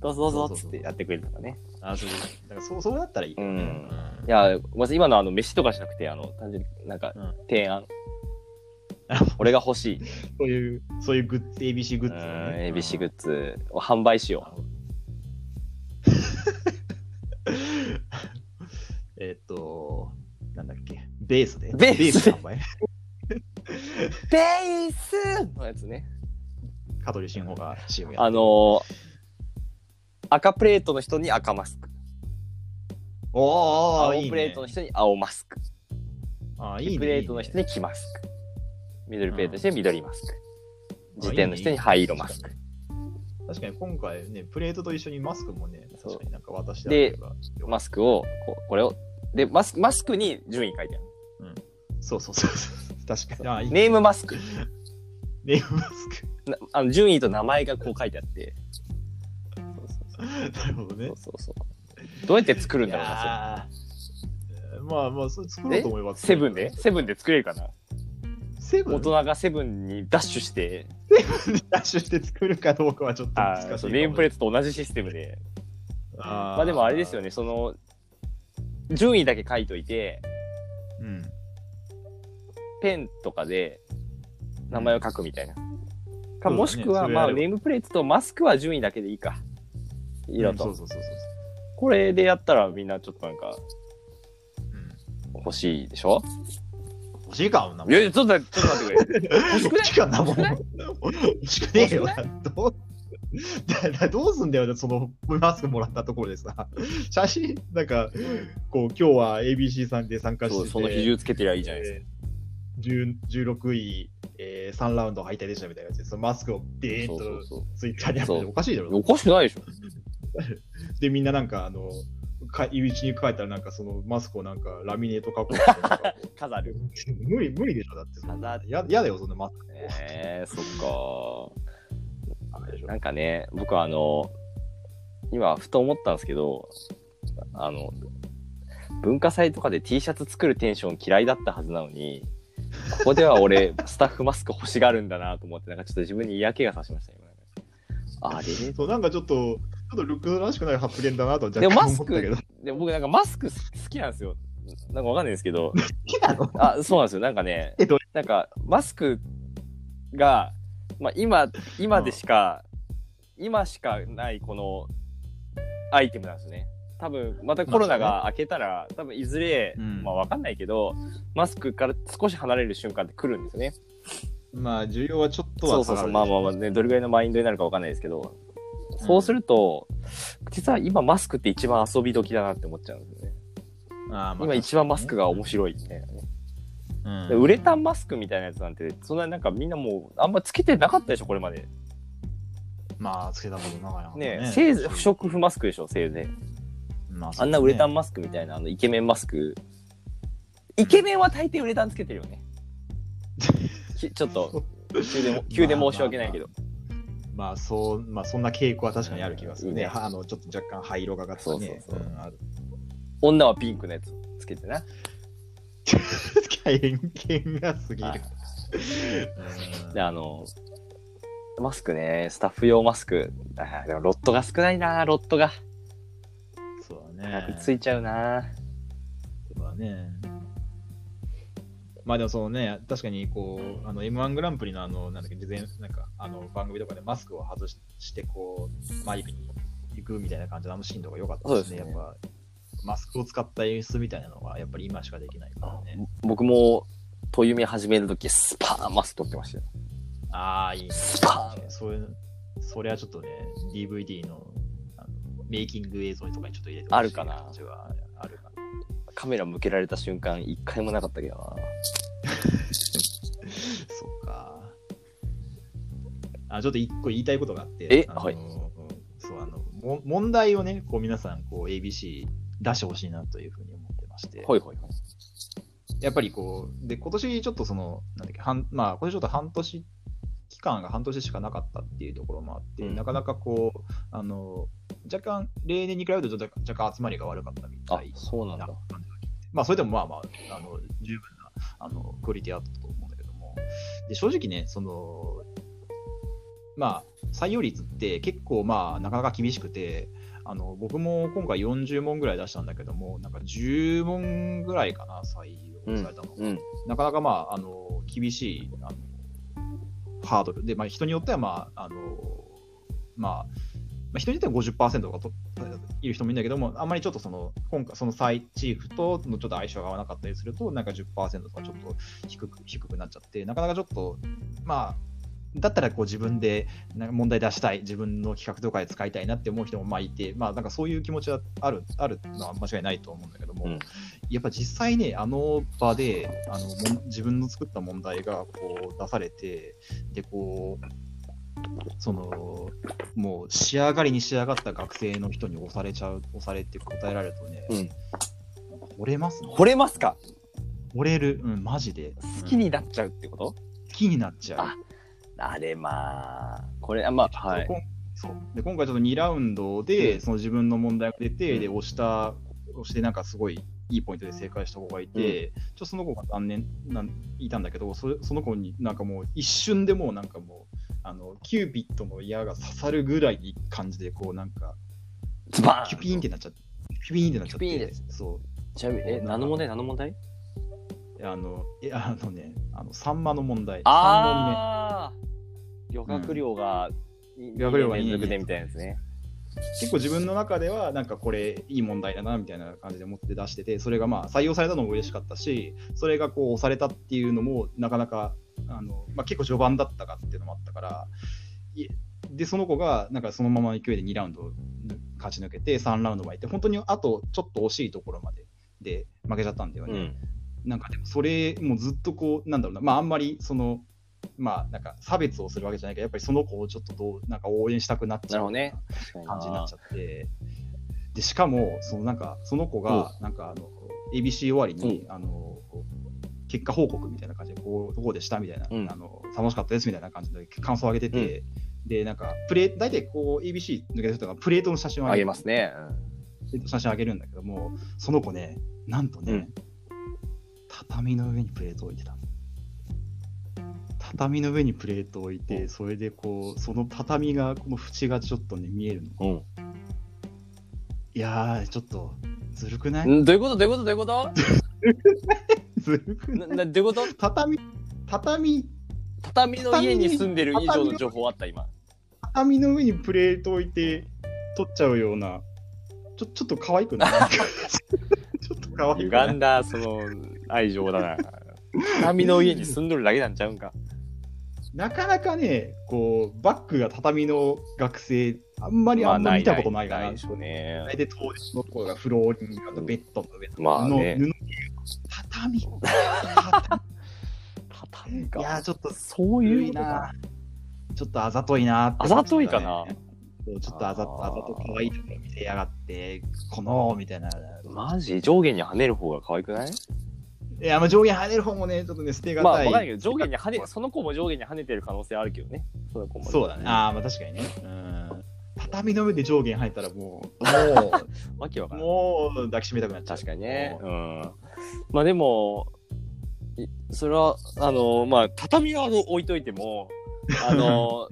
Speaker 1: どうぞどうぞっ
Speaker 2: そう
Speaker 1: つ
Speaker 2: そうそう
Speaker 1: ってやってくれるとかね。
Speaker 2: あそうだからそうそうだったらいいよね。
Speaker 1: うん
Speaker 2: うん
Speaker 1: いや、ごめんなさい。今のあの、飯とかじゃなくて、あの、単純になんか
Speaker 2: うん、
Speaker 1: 提 案。
Speaker 2: なるほど
Speaker 1: 俺が欲しい。
Speaker 2: そういう、そういうグッズ、ABC グッ
Speaker 1: うん
Speaker 2: ズをね、
Speaker 1: ABC グ
Speaker 2: ッ
Speaker 1: ッズを販売しよ
Speaker 2: ズ。 えっと、なんだっけ、ベースで。
Speaker 1: ベースで
Speaker 2: 販売。
Speaker 1: う。ベースのやつね。
Speaker 2: 香取慎吾が CM やっ
Speaker 1: あ
Speaker 2: てる
Speaker 1: のー赤プレートの人に赤マスク。
Speaker 2: おー
Speaker 1: 青
Speaker 2: いいね
Speaker 1: プレートの人に青マスク。
Speaker 2: あーいいね
Speaker 1: 黄プレートの人
Speaker 2: いいね
Speaker 1: に黄マスク。緑プレートの人に緑マスク。
Speaker 2: ん
Speaker 1: 辞典の人に灰色マスク。
Speaker 2: 確かに今回ね、プレートと一緒にマスクもね、
Speaker 1: そう
Speaker 2: 確かになんか渡して
Speaker 1: で
Speaker 2: あげればよかった
Speaker 1: マスクを、こうこれを。で、マスク、マスクに順位書いてあ
Speaker 2: そうそう そうそう。確かに。あい
Speaker 1: る。
Speaker 2: い
Speaker 1: ネームマスク。
Speaker 2: ネームマスク。
Speaker 1: なあの順位と名前がこう書いてあって。
Speaker 2: なるほどね
Speaker 1: そう。そうそう。どうやって作るんだろう
Speaker 2: い
Speaker 1: な、
Speaker 2: やーまあまあ、それ作
Speaker 1: そ
Speaker 2: ろ
Speaker 1: れ
Speaker 2: うと思えば
Speaker 1: え。セブンでセブンで作れるかな、
Speaker 2: セブ
Speaker 1: 大
Speaker 2: ン
Speaker 1: 人がセブンにダッシュして、
Speaker 2: ダッシュして作るかどうかはちょっと難
Speaker 1: あ
Speaker 2: しいか
Speaker 1: ー
Speaker 2: も
Speaker 1: そう
Speaker 2: しれない。
Speaker 1: ネームプレートと同じシステムで。
Speaker 2: あー
Speaker 1: まあでもあれですよね、その、順位だけ書いといて、
Speaker 2: うん。
Speaker 1: ペンとかで名前を書くみたいな。か
Speaker 2: そうだね
Speaker 1: もしくは、
Speaker 2: それ
Speaker 1: ま
Speaker 2: あ
Speaker 1: あ、
Speaker 2: れば
Speaker 1: ネームプレートとマスクは順位だけでいいか。色
Speaker 2: うんそ
Speaker 1: と
Speaker 2: う。そうそうそう
Speaker 1: これでやったらみんなちょっとなんか
Speaker 2: そう。うん
Speaker 1: 欲しいでしょ
Speaker 2: 欲しいか、あんないもん
Speaker 1: やいや、ちょっと待って、ちょっと待ってくれ。
Speaker 2: 欲
Speaker 1: しくない
Speaker 2: しいか、あんなもん。
Speaker 1: 欲
Speaker 2: 欲しくねえよ。どうだだどうすんだよね、そのマスクもらったところでさ。写真、なんか、こう、今日は ABC さんで参加して
Speaker 1: そう
Speaker 2: て
Speaker 1: その比重つけてりゃいいじゃないですか。
Speaker 2: 10 16位、えー、3ラウンド敗退でしたみたいなやつでそのマスクをデー
Speaker 1: そ
Speaker 2: ン
Speaker 1: うそう
Speaker 2: と
Speaker 1: そ
Speaker 2: ツイッターにアップし
Speaker 1: そ
Speaker 2: て
Speaker 1: う
Speaker 2: おかしいだ
Speaker 1: う。
Speaker 2: ろ
Speaker 1: おかしくないでしょ。
Speaker 2: でみんななんかあのか入り口に書いたらなんかそのマスクをなんかラミネート加工してなんか
Speaker 1: 飾る。
Speaker 2: 無理無理でしょだってそんな
Speaker 1: 飾る
Speaker 2: ややだよそんなマスク
Speaker 1: えー、そ
Speaker 2: ダメでし
Speaker 1: っ
Speaker 2: ょ
Speaker 1: か。なんかね、僕はあの、今、ふと思ったんですけど、あの、文化祭とかで T シャツ作るテンション嫌いだったはずなのに、ここでは 俺、スタッフマスク欲しがるんだなと思って、なんかちょっと自分に嫌気がさしました、今。あれ
Speaker 2: そうなんかちょっとちょっとルックらしくない発言だなとは
Speaker 1: で
Speaker 2: 若
Speaker 1: も
Speaker 2: 干
Speaker 1: マ
Speaker 2: 思
Speaker 1: ス
Speaker 2: ったけど
Speaker 1: ク、でも僕なんかマスク好きなんですよ。なんかわかんないですけど、
Speaker 2: 好きなの
Speaker 1: あ、そうなんですよ。なんかね
Speaker 2: えど、
Speaker 1: なんかマスクが、まあ今、今でしか、今しかないこのアイテムなんですよね。多分、またコロナが明けたら、多分いずれ、
Speaker 2: うん
Speaker 1: まあわかんないけど、マスクから少し離れる瞬間って来るんですよね。
Speaker 2: まあ需要はちょっと
Speaker 1: そ
Speaker 2: は
Speaker 1: うそうそう、
Speaker 2: 下
Speaker 1: ま
Speaker 2: が
Speaker 1: あ
Speaker 2: る
Speaker 1: まあまあね、どれぐらいのマインドになるかわかんないですけど、そうすると、実は今マスクって一番遊び時だなって思っちゃうんですよね。
Speaker 2: あーまあ
Speaker 1: 今一番マスクが面白いみたいなね。
Speaker 2: うん
Speaker 1: でウレタンマスクみたいなやつなんて、そんななんかみんなもう、あんまつけてなかったでしょ、これまで。
Speaker 2: まあ、つけたことなかった
Speaker 1: ねえ、せいぜい不織布マスクでしょ、せいぜい。
Speaker 2: ま
Speaker 1: あんなウレタ
Speaker 2: ん
Speaker 1: ンマスクみたいな、あのイケメンマスク。イケメンは大抵ウレタンつけてるよ ね。きちょっと、急でも急で申し訳ないけど。
Speaker 2: まあそう、まあそんな傾向は確かにある気がするね。
Speaker 1: ね
Speaker 2: はあのちょっと若干灰色がかっ
Speaker 1: そう
Speaker 2: たね。
Speaker 1: そうそうん
Speaker 2: ある
Speaker 1: 女はピンクのやつつけてな。
Speaker 2: 偏見がすぎる
Speaker 1: はい。
Speaker 2: うん
Speaker 1: で、あの、マスクね、スタッフ用マスク。あーでもロットが少ないな、ロットが。
Speaker 2: そう
Speaker 1: 早
Speaker 2: だ
Speaker 1: く
Speaker 2: ね。
Speaker 1: ついちゃうな。
Speaker 2: そうだね。まあでもそのね、確かにこう、あの M1 グランプリのあの、なんだっけ、事前、なんか、あの番組とかでマスクを外しして、こう、マイクに行くみたいな感じのあのシーンとか良かったですね。
Speaker 1: そうですね
Speaker 2: やっぱ、マスクを使った演出みたいなのは、やっぱり今しかできないからね。
Speaker 1: 僕も、とゆみ始めるとき、スパーンマスク取ってましたよ。
Speaker 2: ああ、いいね。
Speaker 1: スパーン
Speaker 2: そういう、それはちょっとね、DVD のあのメイキング映像とかにちょっと入れてほしい
Speaker 1: あるかな
Speaker 2: 感じはあるかな。
Speaker 1: カメラ向けられた瞬間、一回もなかったけどな。
Speaker 2: そうか。あ、ちょっと一個言いたいことがあって、
Speaker 1: え
Speaker 2: あの
Speaker 1: はい
Speaker 2: そう、あの、も問題をね、こう皆さん、こう ABC 出してほしいなというふうに思ってまして、
Speaker 1: ほいほいほい。
Speaker 2: やっぱりこう、で、今年ちょっとその、なんだっけ、半まあ、今年ちょっと半年、期間が半年しかなかったっていうところもあって、
Speaker 1: うん
Speaker 2: なかなかこう、あの、若干、例年に比べると若干若干集まりが悪かったみた
Speaker 1: あ
Speaker 2: い、
Speaker 1: そうなん
Speaker 2: な
Speaker 1: だ。
Speaker 2: 感じが聞いてまあ、それでもまあまあ、あの十分なあのクオリティだったと思うんだけども、で正直ね、その、まあ、採用率って結構、まあ、なかなか厳しくて、あの僕も今回40問ぐらい出したんだけども、なんか10問ぐらいかな、採用されたのが。
Speaker 1: うん。
Speaker 2: なかなか、まあ、あの厳しいあのハードルで、まあ、人によっては、まああのまあまあ、人によっては50%とかといる人もいるんだけども、あんまりちょっとその今回そのサイチーフとのちょっと相性が合わなかったりすると、なんか10%とかちょっと低く低くなっちゃって、なかなかちょっと、まあ、だったらこう自分でなんか問題出したい、自分の企画とかで使いたいなって思う人もまあいて、まあ、なんかそういう気持ちはあるあるのは間違いないと思うんだけども、
Speaker 1: うん
Speaker 2: やっぱ実際ね、あの場であのもん自分の作った問題がこう出されて、でこうそのもう仕上がりに仕上がった学生の人に押されちゃう、押されて答えられるとね、
Speaker 1: うん
Speaker 2: 惚れますね。
Speaker 1: 惚れますか
Speaker 2: 惚れる、うん、マジで。
Speaker 1: 好き
Speaker 2: うん
Speaker 1: になっちゃうってこと、
Speaker 2: 好きになっちゃう。
Speaker 1: ああれまあ、これ、あまあ、はい。
Speaker 2: こんそうで今回ちょっと2ラウンドで、
Speaker 1: うん
Speaker 2: その自分の問題が出て、
Speaker 1: うん
Speaker 2: で押した押してなんかすごいいいポイントで正解した子がいて、ちょっとその子が残念なんいたんだけどそその子になんかもう一瞬でもうなんかもうあのキューピッドの矢が刺さるぐらいに感じでこうなんか
Speaker 1: ズバ
Speaker 2: キュピー
Speaker 1: ー
Speaker 2: ン
Speaker 1: ン
Speaker 2: ってなっちゃってキュピーンってなっちゃっ
Speaker 1: キュピーン
Speaker 2: て
Speaker 1: です
Speaker 2: そう
Speaker 1: ちなみに、え、何の問題何の問題
Speaker 2: あの、え、あのね、あの、サンマの問題。
Speaker 1: ああ漁獲量が、漁
Speaker 2: 獲量がいいね
Speaker 1: 連続でみたいなやつね。
Speaker 2: 三問目。結構自分の中では、なんかこれ、いい問題だな、みたいな感じで思って出してて、それがまあ、採用されたのも嬉しかったし、それがこう、押されたっていうのも、なかなか、あの、まあ、結構序盤だったかっていうのもあったから、いで、その子が、なんかそのままの勢いで2ラウンド勝ち抜けて、3ラウンドまで行って、本当にあとちょっと惜しいところまで、で、負けちゃったんだよ
Speaker 1: う
Speaker 2: ね。
Speaker 1: ん。
Speaker 2: なんかでもそれもうずっとこうなんだろうなまああんまりそのまあなんか差別をするわけじゃないけどやっぱりその子をちょっとどうなんか応援したくなっち
Speaker 1: な
Speaker 2: ゃ
Speaker 1: るほど
Speaker 2: う
Speaker 1: ね感
Speaker 2: 感じになっちゃってでしかもそのなんかその子がなんかあの ABC 終わりに、あのこう結果報告みたいな感じでこうどこでしたみたいな、
Speaker 1: うん
Speaker 2: あの楽しかったですみたいな感じで感想を上げてて、でなんかプレー大体こう ABC 抜けた人がプレートの写真を
Speaker 1: あ
Speaker 2: 上
Speaker 1: げ
Speaker 2: げ
Speaker 1: ますね。
Speaker 2: 写真あげるんだけども、その子ね、なんとね、
Speaker 1: うん
Speaker 2: 畳の上にプレートを置いてたの。畳の上にプレートを置いて、
Speaker 1: お
Speaker 2: それでこう、その畳が、この縁がちょっとね、見えるの。
Speaker 1: うん。
Speaker 2: いやー、ちょっと、ずるくない、
Speaker 1: うんどういうことどういうことどういうこと
Speaker 2: ずるくない
Speaker 1: ななどういうこと
Speaker 2: 畳、畳、
Speaker 1: 畳の家に住んでる以上の情報あった今。
Speaker 2: 畳の上にプレートを置いて、取っちゃうような、ちょ、ちょっと可愛くない ちょっと可愛くない
Speaker 1: 歪んだその愛情だ な。畳の家に住んどるだけなんちゃうんか。
Speaker 2: なかなかね、こう、バックが畳の学生、あんまりあんま見たことないか
Speaker 1: まあ
Speaker 2: ら、
Speaker 1: でしょうね。
Speaker 2: 大体当時の子がフローリング、あとベッドの上、
Speaker 1: まあね
Speaker 2: 布、布 畳。畳
Speaker 1: 畳
Speaker 2: いや
Speaker 1: か。
Speaker 2: ー、ちょっと、
Speaker 1: そう
Speaker 2: 古
Speaker 1: いう
Speaker 2: い
Speaker 1: ことか
Speaker 2: な。ちょっとあざといなって
Speaker 1: あ
Speaker 2: 思
Speaker 1: ざ
Speaker 2: ってた
Speaker 1: と
Speaker 2: ね、
Speaker 1: いかな
Speaker 2: そうちょっとあざ
Speaker 1: あー
Speaker 2: あざと可愛いとこ見せやがって、この、みたいな。
Speaker 1: マジ上下に跳ねる方が可愛くない
Speaker 2: いや、まあ、上下跳ねる方もね、ちょっとね、捨てが
Speaker 1: まあ、わ
Speaker 2: た
Speaker 1: か
Speaker 2: い。
Speaker 1: んないけど、上下に跳ね、その子も上下に跳ねてる可能性あるけどね。その子も、
Speaker 2: そうだね。ああ、まあ確かにね。うん。畳の上で上下に入ったらもう、 も
Speaker 1: わけわか
Speaker 2: う、
Speaker 1: んない。
Speaker 2: もう抱きしめたくなっちゃう。
Speaker 1: 確かにね。うん。まあでも、いそれは、あの、まあ、畳は置いといて も、あの、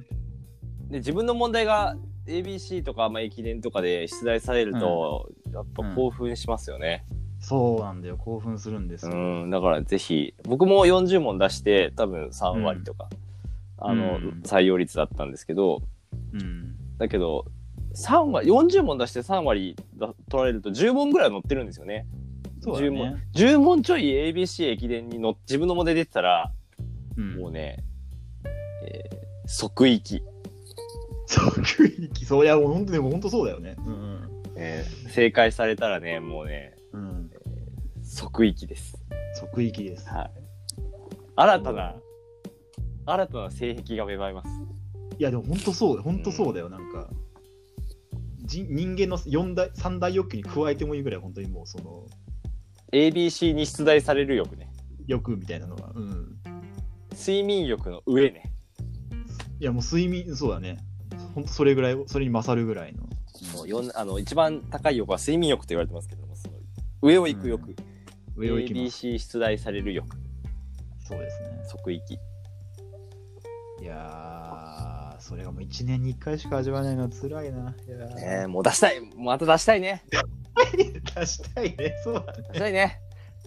Speaker 1: ね、自分の問題が ABC とか、まあ、駅伝とかで出題されると、やっぱ興奮しますよね。
Speaker 2: そうなんだよ。興奮するんですよ。
Speaker 1: うん、だからぜひ、僕も40問出して、多分3割とか、あの、
Speaker 2: うん
Speaker 1: 採用率だったんですけど、
Speaker 2: うん。
Speaker 1: だけど、3割、40問出して3割だ取られると10問ぐらい乗ってるんですよね。
Speaker 2: そうだ
Speaker 1: 10問
Speaker 2: ね。
Speaker 1: 10問ちょい ABC 駅伝にの自分の問題出てたら、
Speaker 2: うん
Speaker 1: もうね、えー即行き、
Speaker 2: 即位機そういやもう本当に本当そうだよね。うん
Speaker 1: えー正解されたらね、もうね、
Speaker 2: うん。うん。
Speaker 1: 即行きです。
Speaker 2: 即位機です。
Speaker 1: はい。新たな、新たな性癖が芽生えます。
Speaker 2: いやでも本当そうだ本当そうだよ、なんか人人間の四大三大欲求に加えてもいいぐらい本当にもうその
Speaker 1: ABC に出題される欲ね。
Speaker 2: 欲みたいなのが、うん、
Speaker 1: 睡眠欲の上ね。
Speaker 2: いやもう睡眠そうだね本当それぐらいそれに勝るぐらいの
Speaker 1: もうよんあの一番高い欲は睡眠欲と言われてますけども、その上を行く欲、
Speaker 2: 上を行きます、
Speaker 1: ABC 出題される欲、
Speaker 2: そうですね
Speaker 1: 即行き。
Speaker 2: いやーそれがもう一年に一回しか味わえないのは辛いないやー
Speaker 1: ねえ、もう出したい、また出したいね。
Speaker 2: 出したいねそうだね
Speaker 1: 出したいね。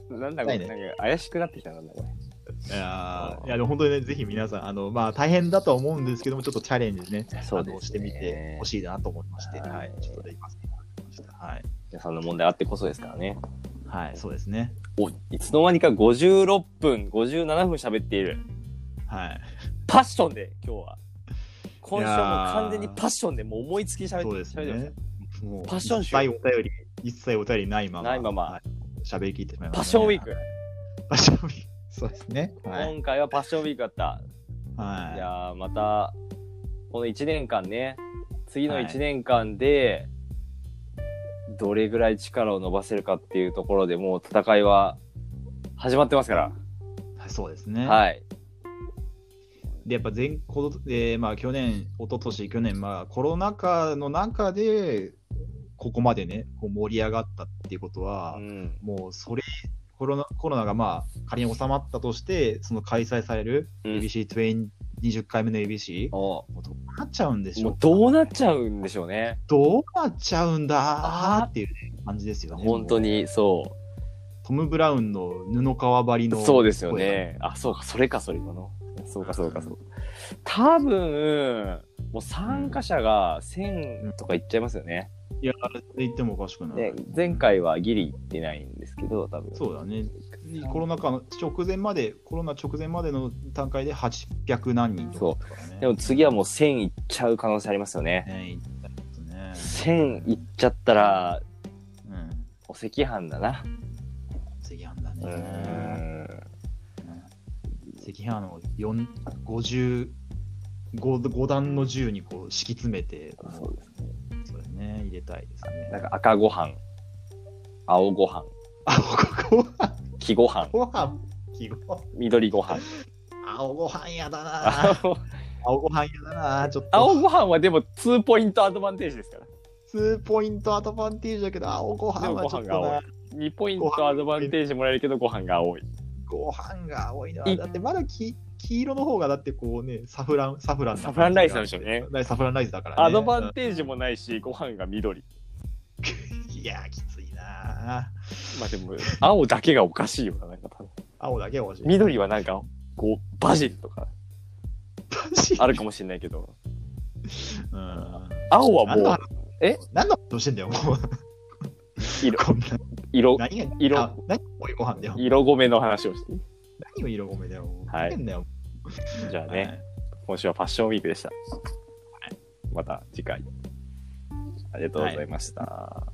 Speaker 1: なんだこれ、
Speaker 2: 出
Speaker 1: な
Speaker 2: した
Speaker 1: んか怪しくなってきたななんだこれ。
Speaker 2: いやーいやでも本当にねぜひ皆さんあのまあ大変だとは思うんですけどもちょっとチャレンジね
Speaker 1: そうですね
Speaker 2: あのしてみてほしいなと思いましてはいちょっとできますはい
Speaker 1: 皆さんの問題あってこそですからね。
Speaker 2: はい、そうですね。
Speaker 1: おいつの間にか56分、57分喋っている。
Speaker 2: はい。
Speaker 1: パッションで、今日は。今週はも
Speaker 2: いうやー
Speaker 1: 完全にパッションで、もう思いつき喋って
Speaker 2: そうです
Speaker 1: 喋ってま
Speaker 2: ね
Speaker 1: し。
Speaker 2: もう
Speaker 1: パッション
Speaker 2: 一切お便り、一切お便りないまま。
Speaker 1: ないまま
Speaker 2: はい喋り切ってしまい
Speaker 1: た
Speaker 2: ま
Speaker 1: パッ
Speaker 2: し
Speaker 1: シ
Speaker 2: た
Speaker 1: ョン
Speaker 2: ね、
Speaker 1: ウィーク。
Speaker 2: パッションウィーク。そうですね。はい。
Speaker 1: 今回はパッションウィークだった。い
Speaker 2: は
Speaker 1: やーまたこの1年間ね次の1年間でどれぐらい力を伸ばせるかっていうところでもう戦いは始まってますか
Speaker 2: い。はい、そうですね。
Speaker 1: ら、はい、
Speaker 2: で、やっぱ全こので、まあ、去年、一昨年去年、まあ、コロナ禍の中で、ここまでね、こう盛り上がったっていうことは
Speaker 1: う、ん、
Speaker 2: もうそれ、コロナコロナがまあ仮に収まったとして、その開催される
Speaker 1: うん
Speaker 2: ABC20 回目の ABC、
Speaker 1: も
Speaker 2: もうどうなっちゃうんで
Speaker 1: う
Speaker 2: しょうか
Speaker 1: どうなっちゃうんでしょうね
Speaker 2: どうなっちゃうんだ
Speaker 1: あー
Speaker 2: ーっていうね感じですよね。
Speaker 1: 本当
Speaker 2: も
Speaker 1: にそう
Speaker 2: トム・ブラウンの布川張り
Speaker 1: う
Speaker 2: の。
Speaker 1: そうですよ。ねあそうかそれかそれ今のそうかそうかそう多分もう参加者が1000とかいっちゃいますよね、
Speaker 2: いや、あれって言ってもおかしくない。
Speaker 1: で前回はギリいってないんですけど多分
Speaker 2: そうだね。コロナ禍の直前まで、コロナ直前までの段階で800何人とかだったからね。
Speaker 1: でも次はもう1000いっちゃう可能性ありますよね。
Speaker 2: ね、いったことね
Speaker 1: 1000いっちゃったら、
Speaker 2: うん。
Speaker 1: お赤飯だな。
Speaker 2: 赤飯だ
Speaker 1: う
Speaker 2: ね。
Speaker 1: ん。
Speaker 2: うん赤飯を4 50 5, 5段の銃にこう敷き詰めて、
Speaker 1: そうですね。
Speaker 2: それね、入れたいです
Speaker 1: な
Speaker 2: ね。
Speaker 1: んか赤ご飯、青ご飯、
Speaker 2: あ、ここは
Speaker 1: 黄ご飯、
Speaker 2: ご飯、記号。
Speaker 1: 緑ご飯。
Speaker 2: 青ご飯やだなぁ。
Speaker 1: 青
Speaker 2: 青ご飯やだなぁ。ちょっと。
Speaker 1: 青ご飯はでも2ポイントアドバンテージですから。
Speaker 2: 2ポイントアドバンテージだけど、青ご飯
Speaker 1: でも
Speaker 2: は
Speaker 1: ご
Speaker 2: ちょっ
Speaker 1: 飯
Speaker 2: と
Speaker 1: が青い
Speaker 2: な。
Speaker 1: 2ポイントアドバンテージもらえるけどご飯が青い。
Speaker 2: ご飯が青いな。
Speaker 1: い
Speaker 2: だってまだき黄色の方がだってこうね、サフラン、サフランな
Speaker 1: サフランライスなん
Speaker 2: 感
Speaker 1: で
Speaker 2: じ
Speaker 1: しょうね。
Speaker 2: がサフランライスだからね。
Speaker 1: アドバンテージもないし、ご飯が緑。
Speaker 2: うんいやー、きついなぁ。
Speaker 1: まあでも、青だけがおかしいよな、なんか多分。
Speaker 2: 青だけ欲しい。
Speaker 1: 緑はなんか、こう、バジルとかあるかもしれないけど。
Speaker 2: うん。
Speaker 1: 青は
Speaker 2: 何
Speaker 1: も
Speaker 2: の
Speaker 1: う
Speaker 2: 話
Speaker 1: え
Speaker 2: 何の話してんだよ、もう。
Speaker 1: 色
Speaker 2: こんな
Speaker 1: 色
Speaker 2: 何が
Speaker 1: 色
Speaker 2: あ何が青いご飯だよ。
Speaker 1: 色ごめの話をしていい
Speaker 2: 何を色ごめだよ。
Speaker 1: はい
Speaker 2: 変だよ。
Speaker 1: じゃあね、
Speaker 2: はい
Speaker 1: 今週はファッションウィークでした、また次回ありがとうございました、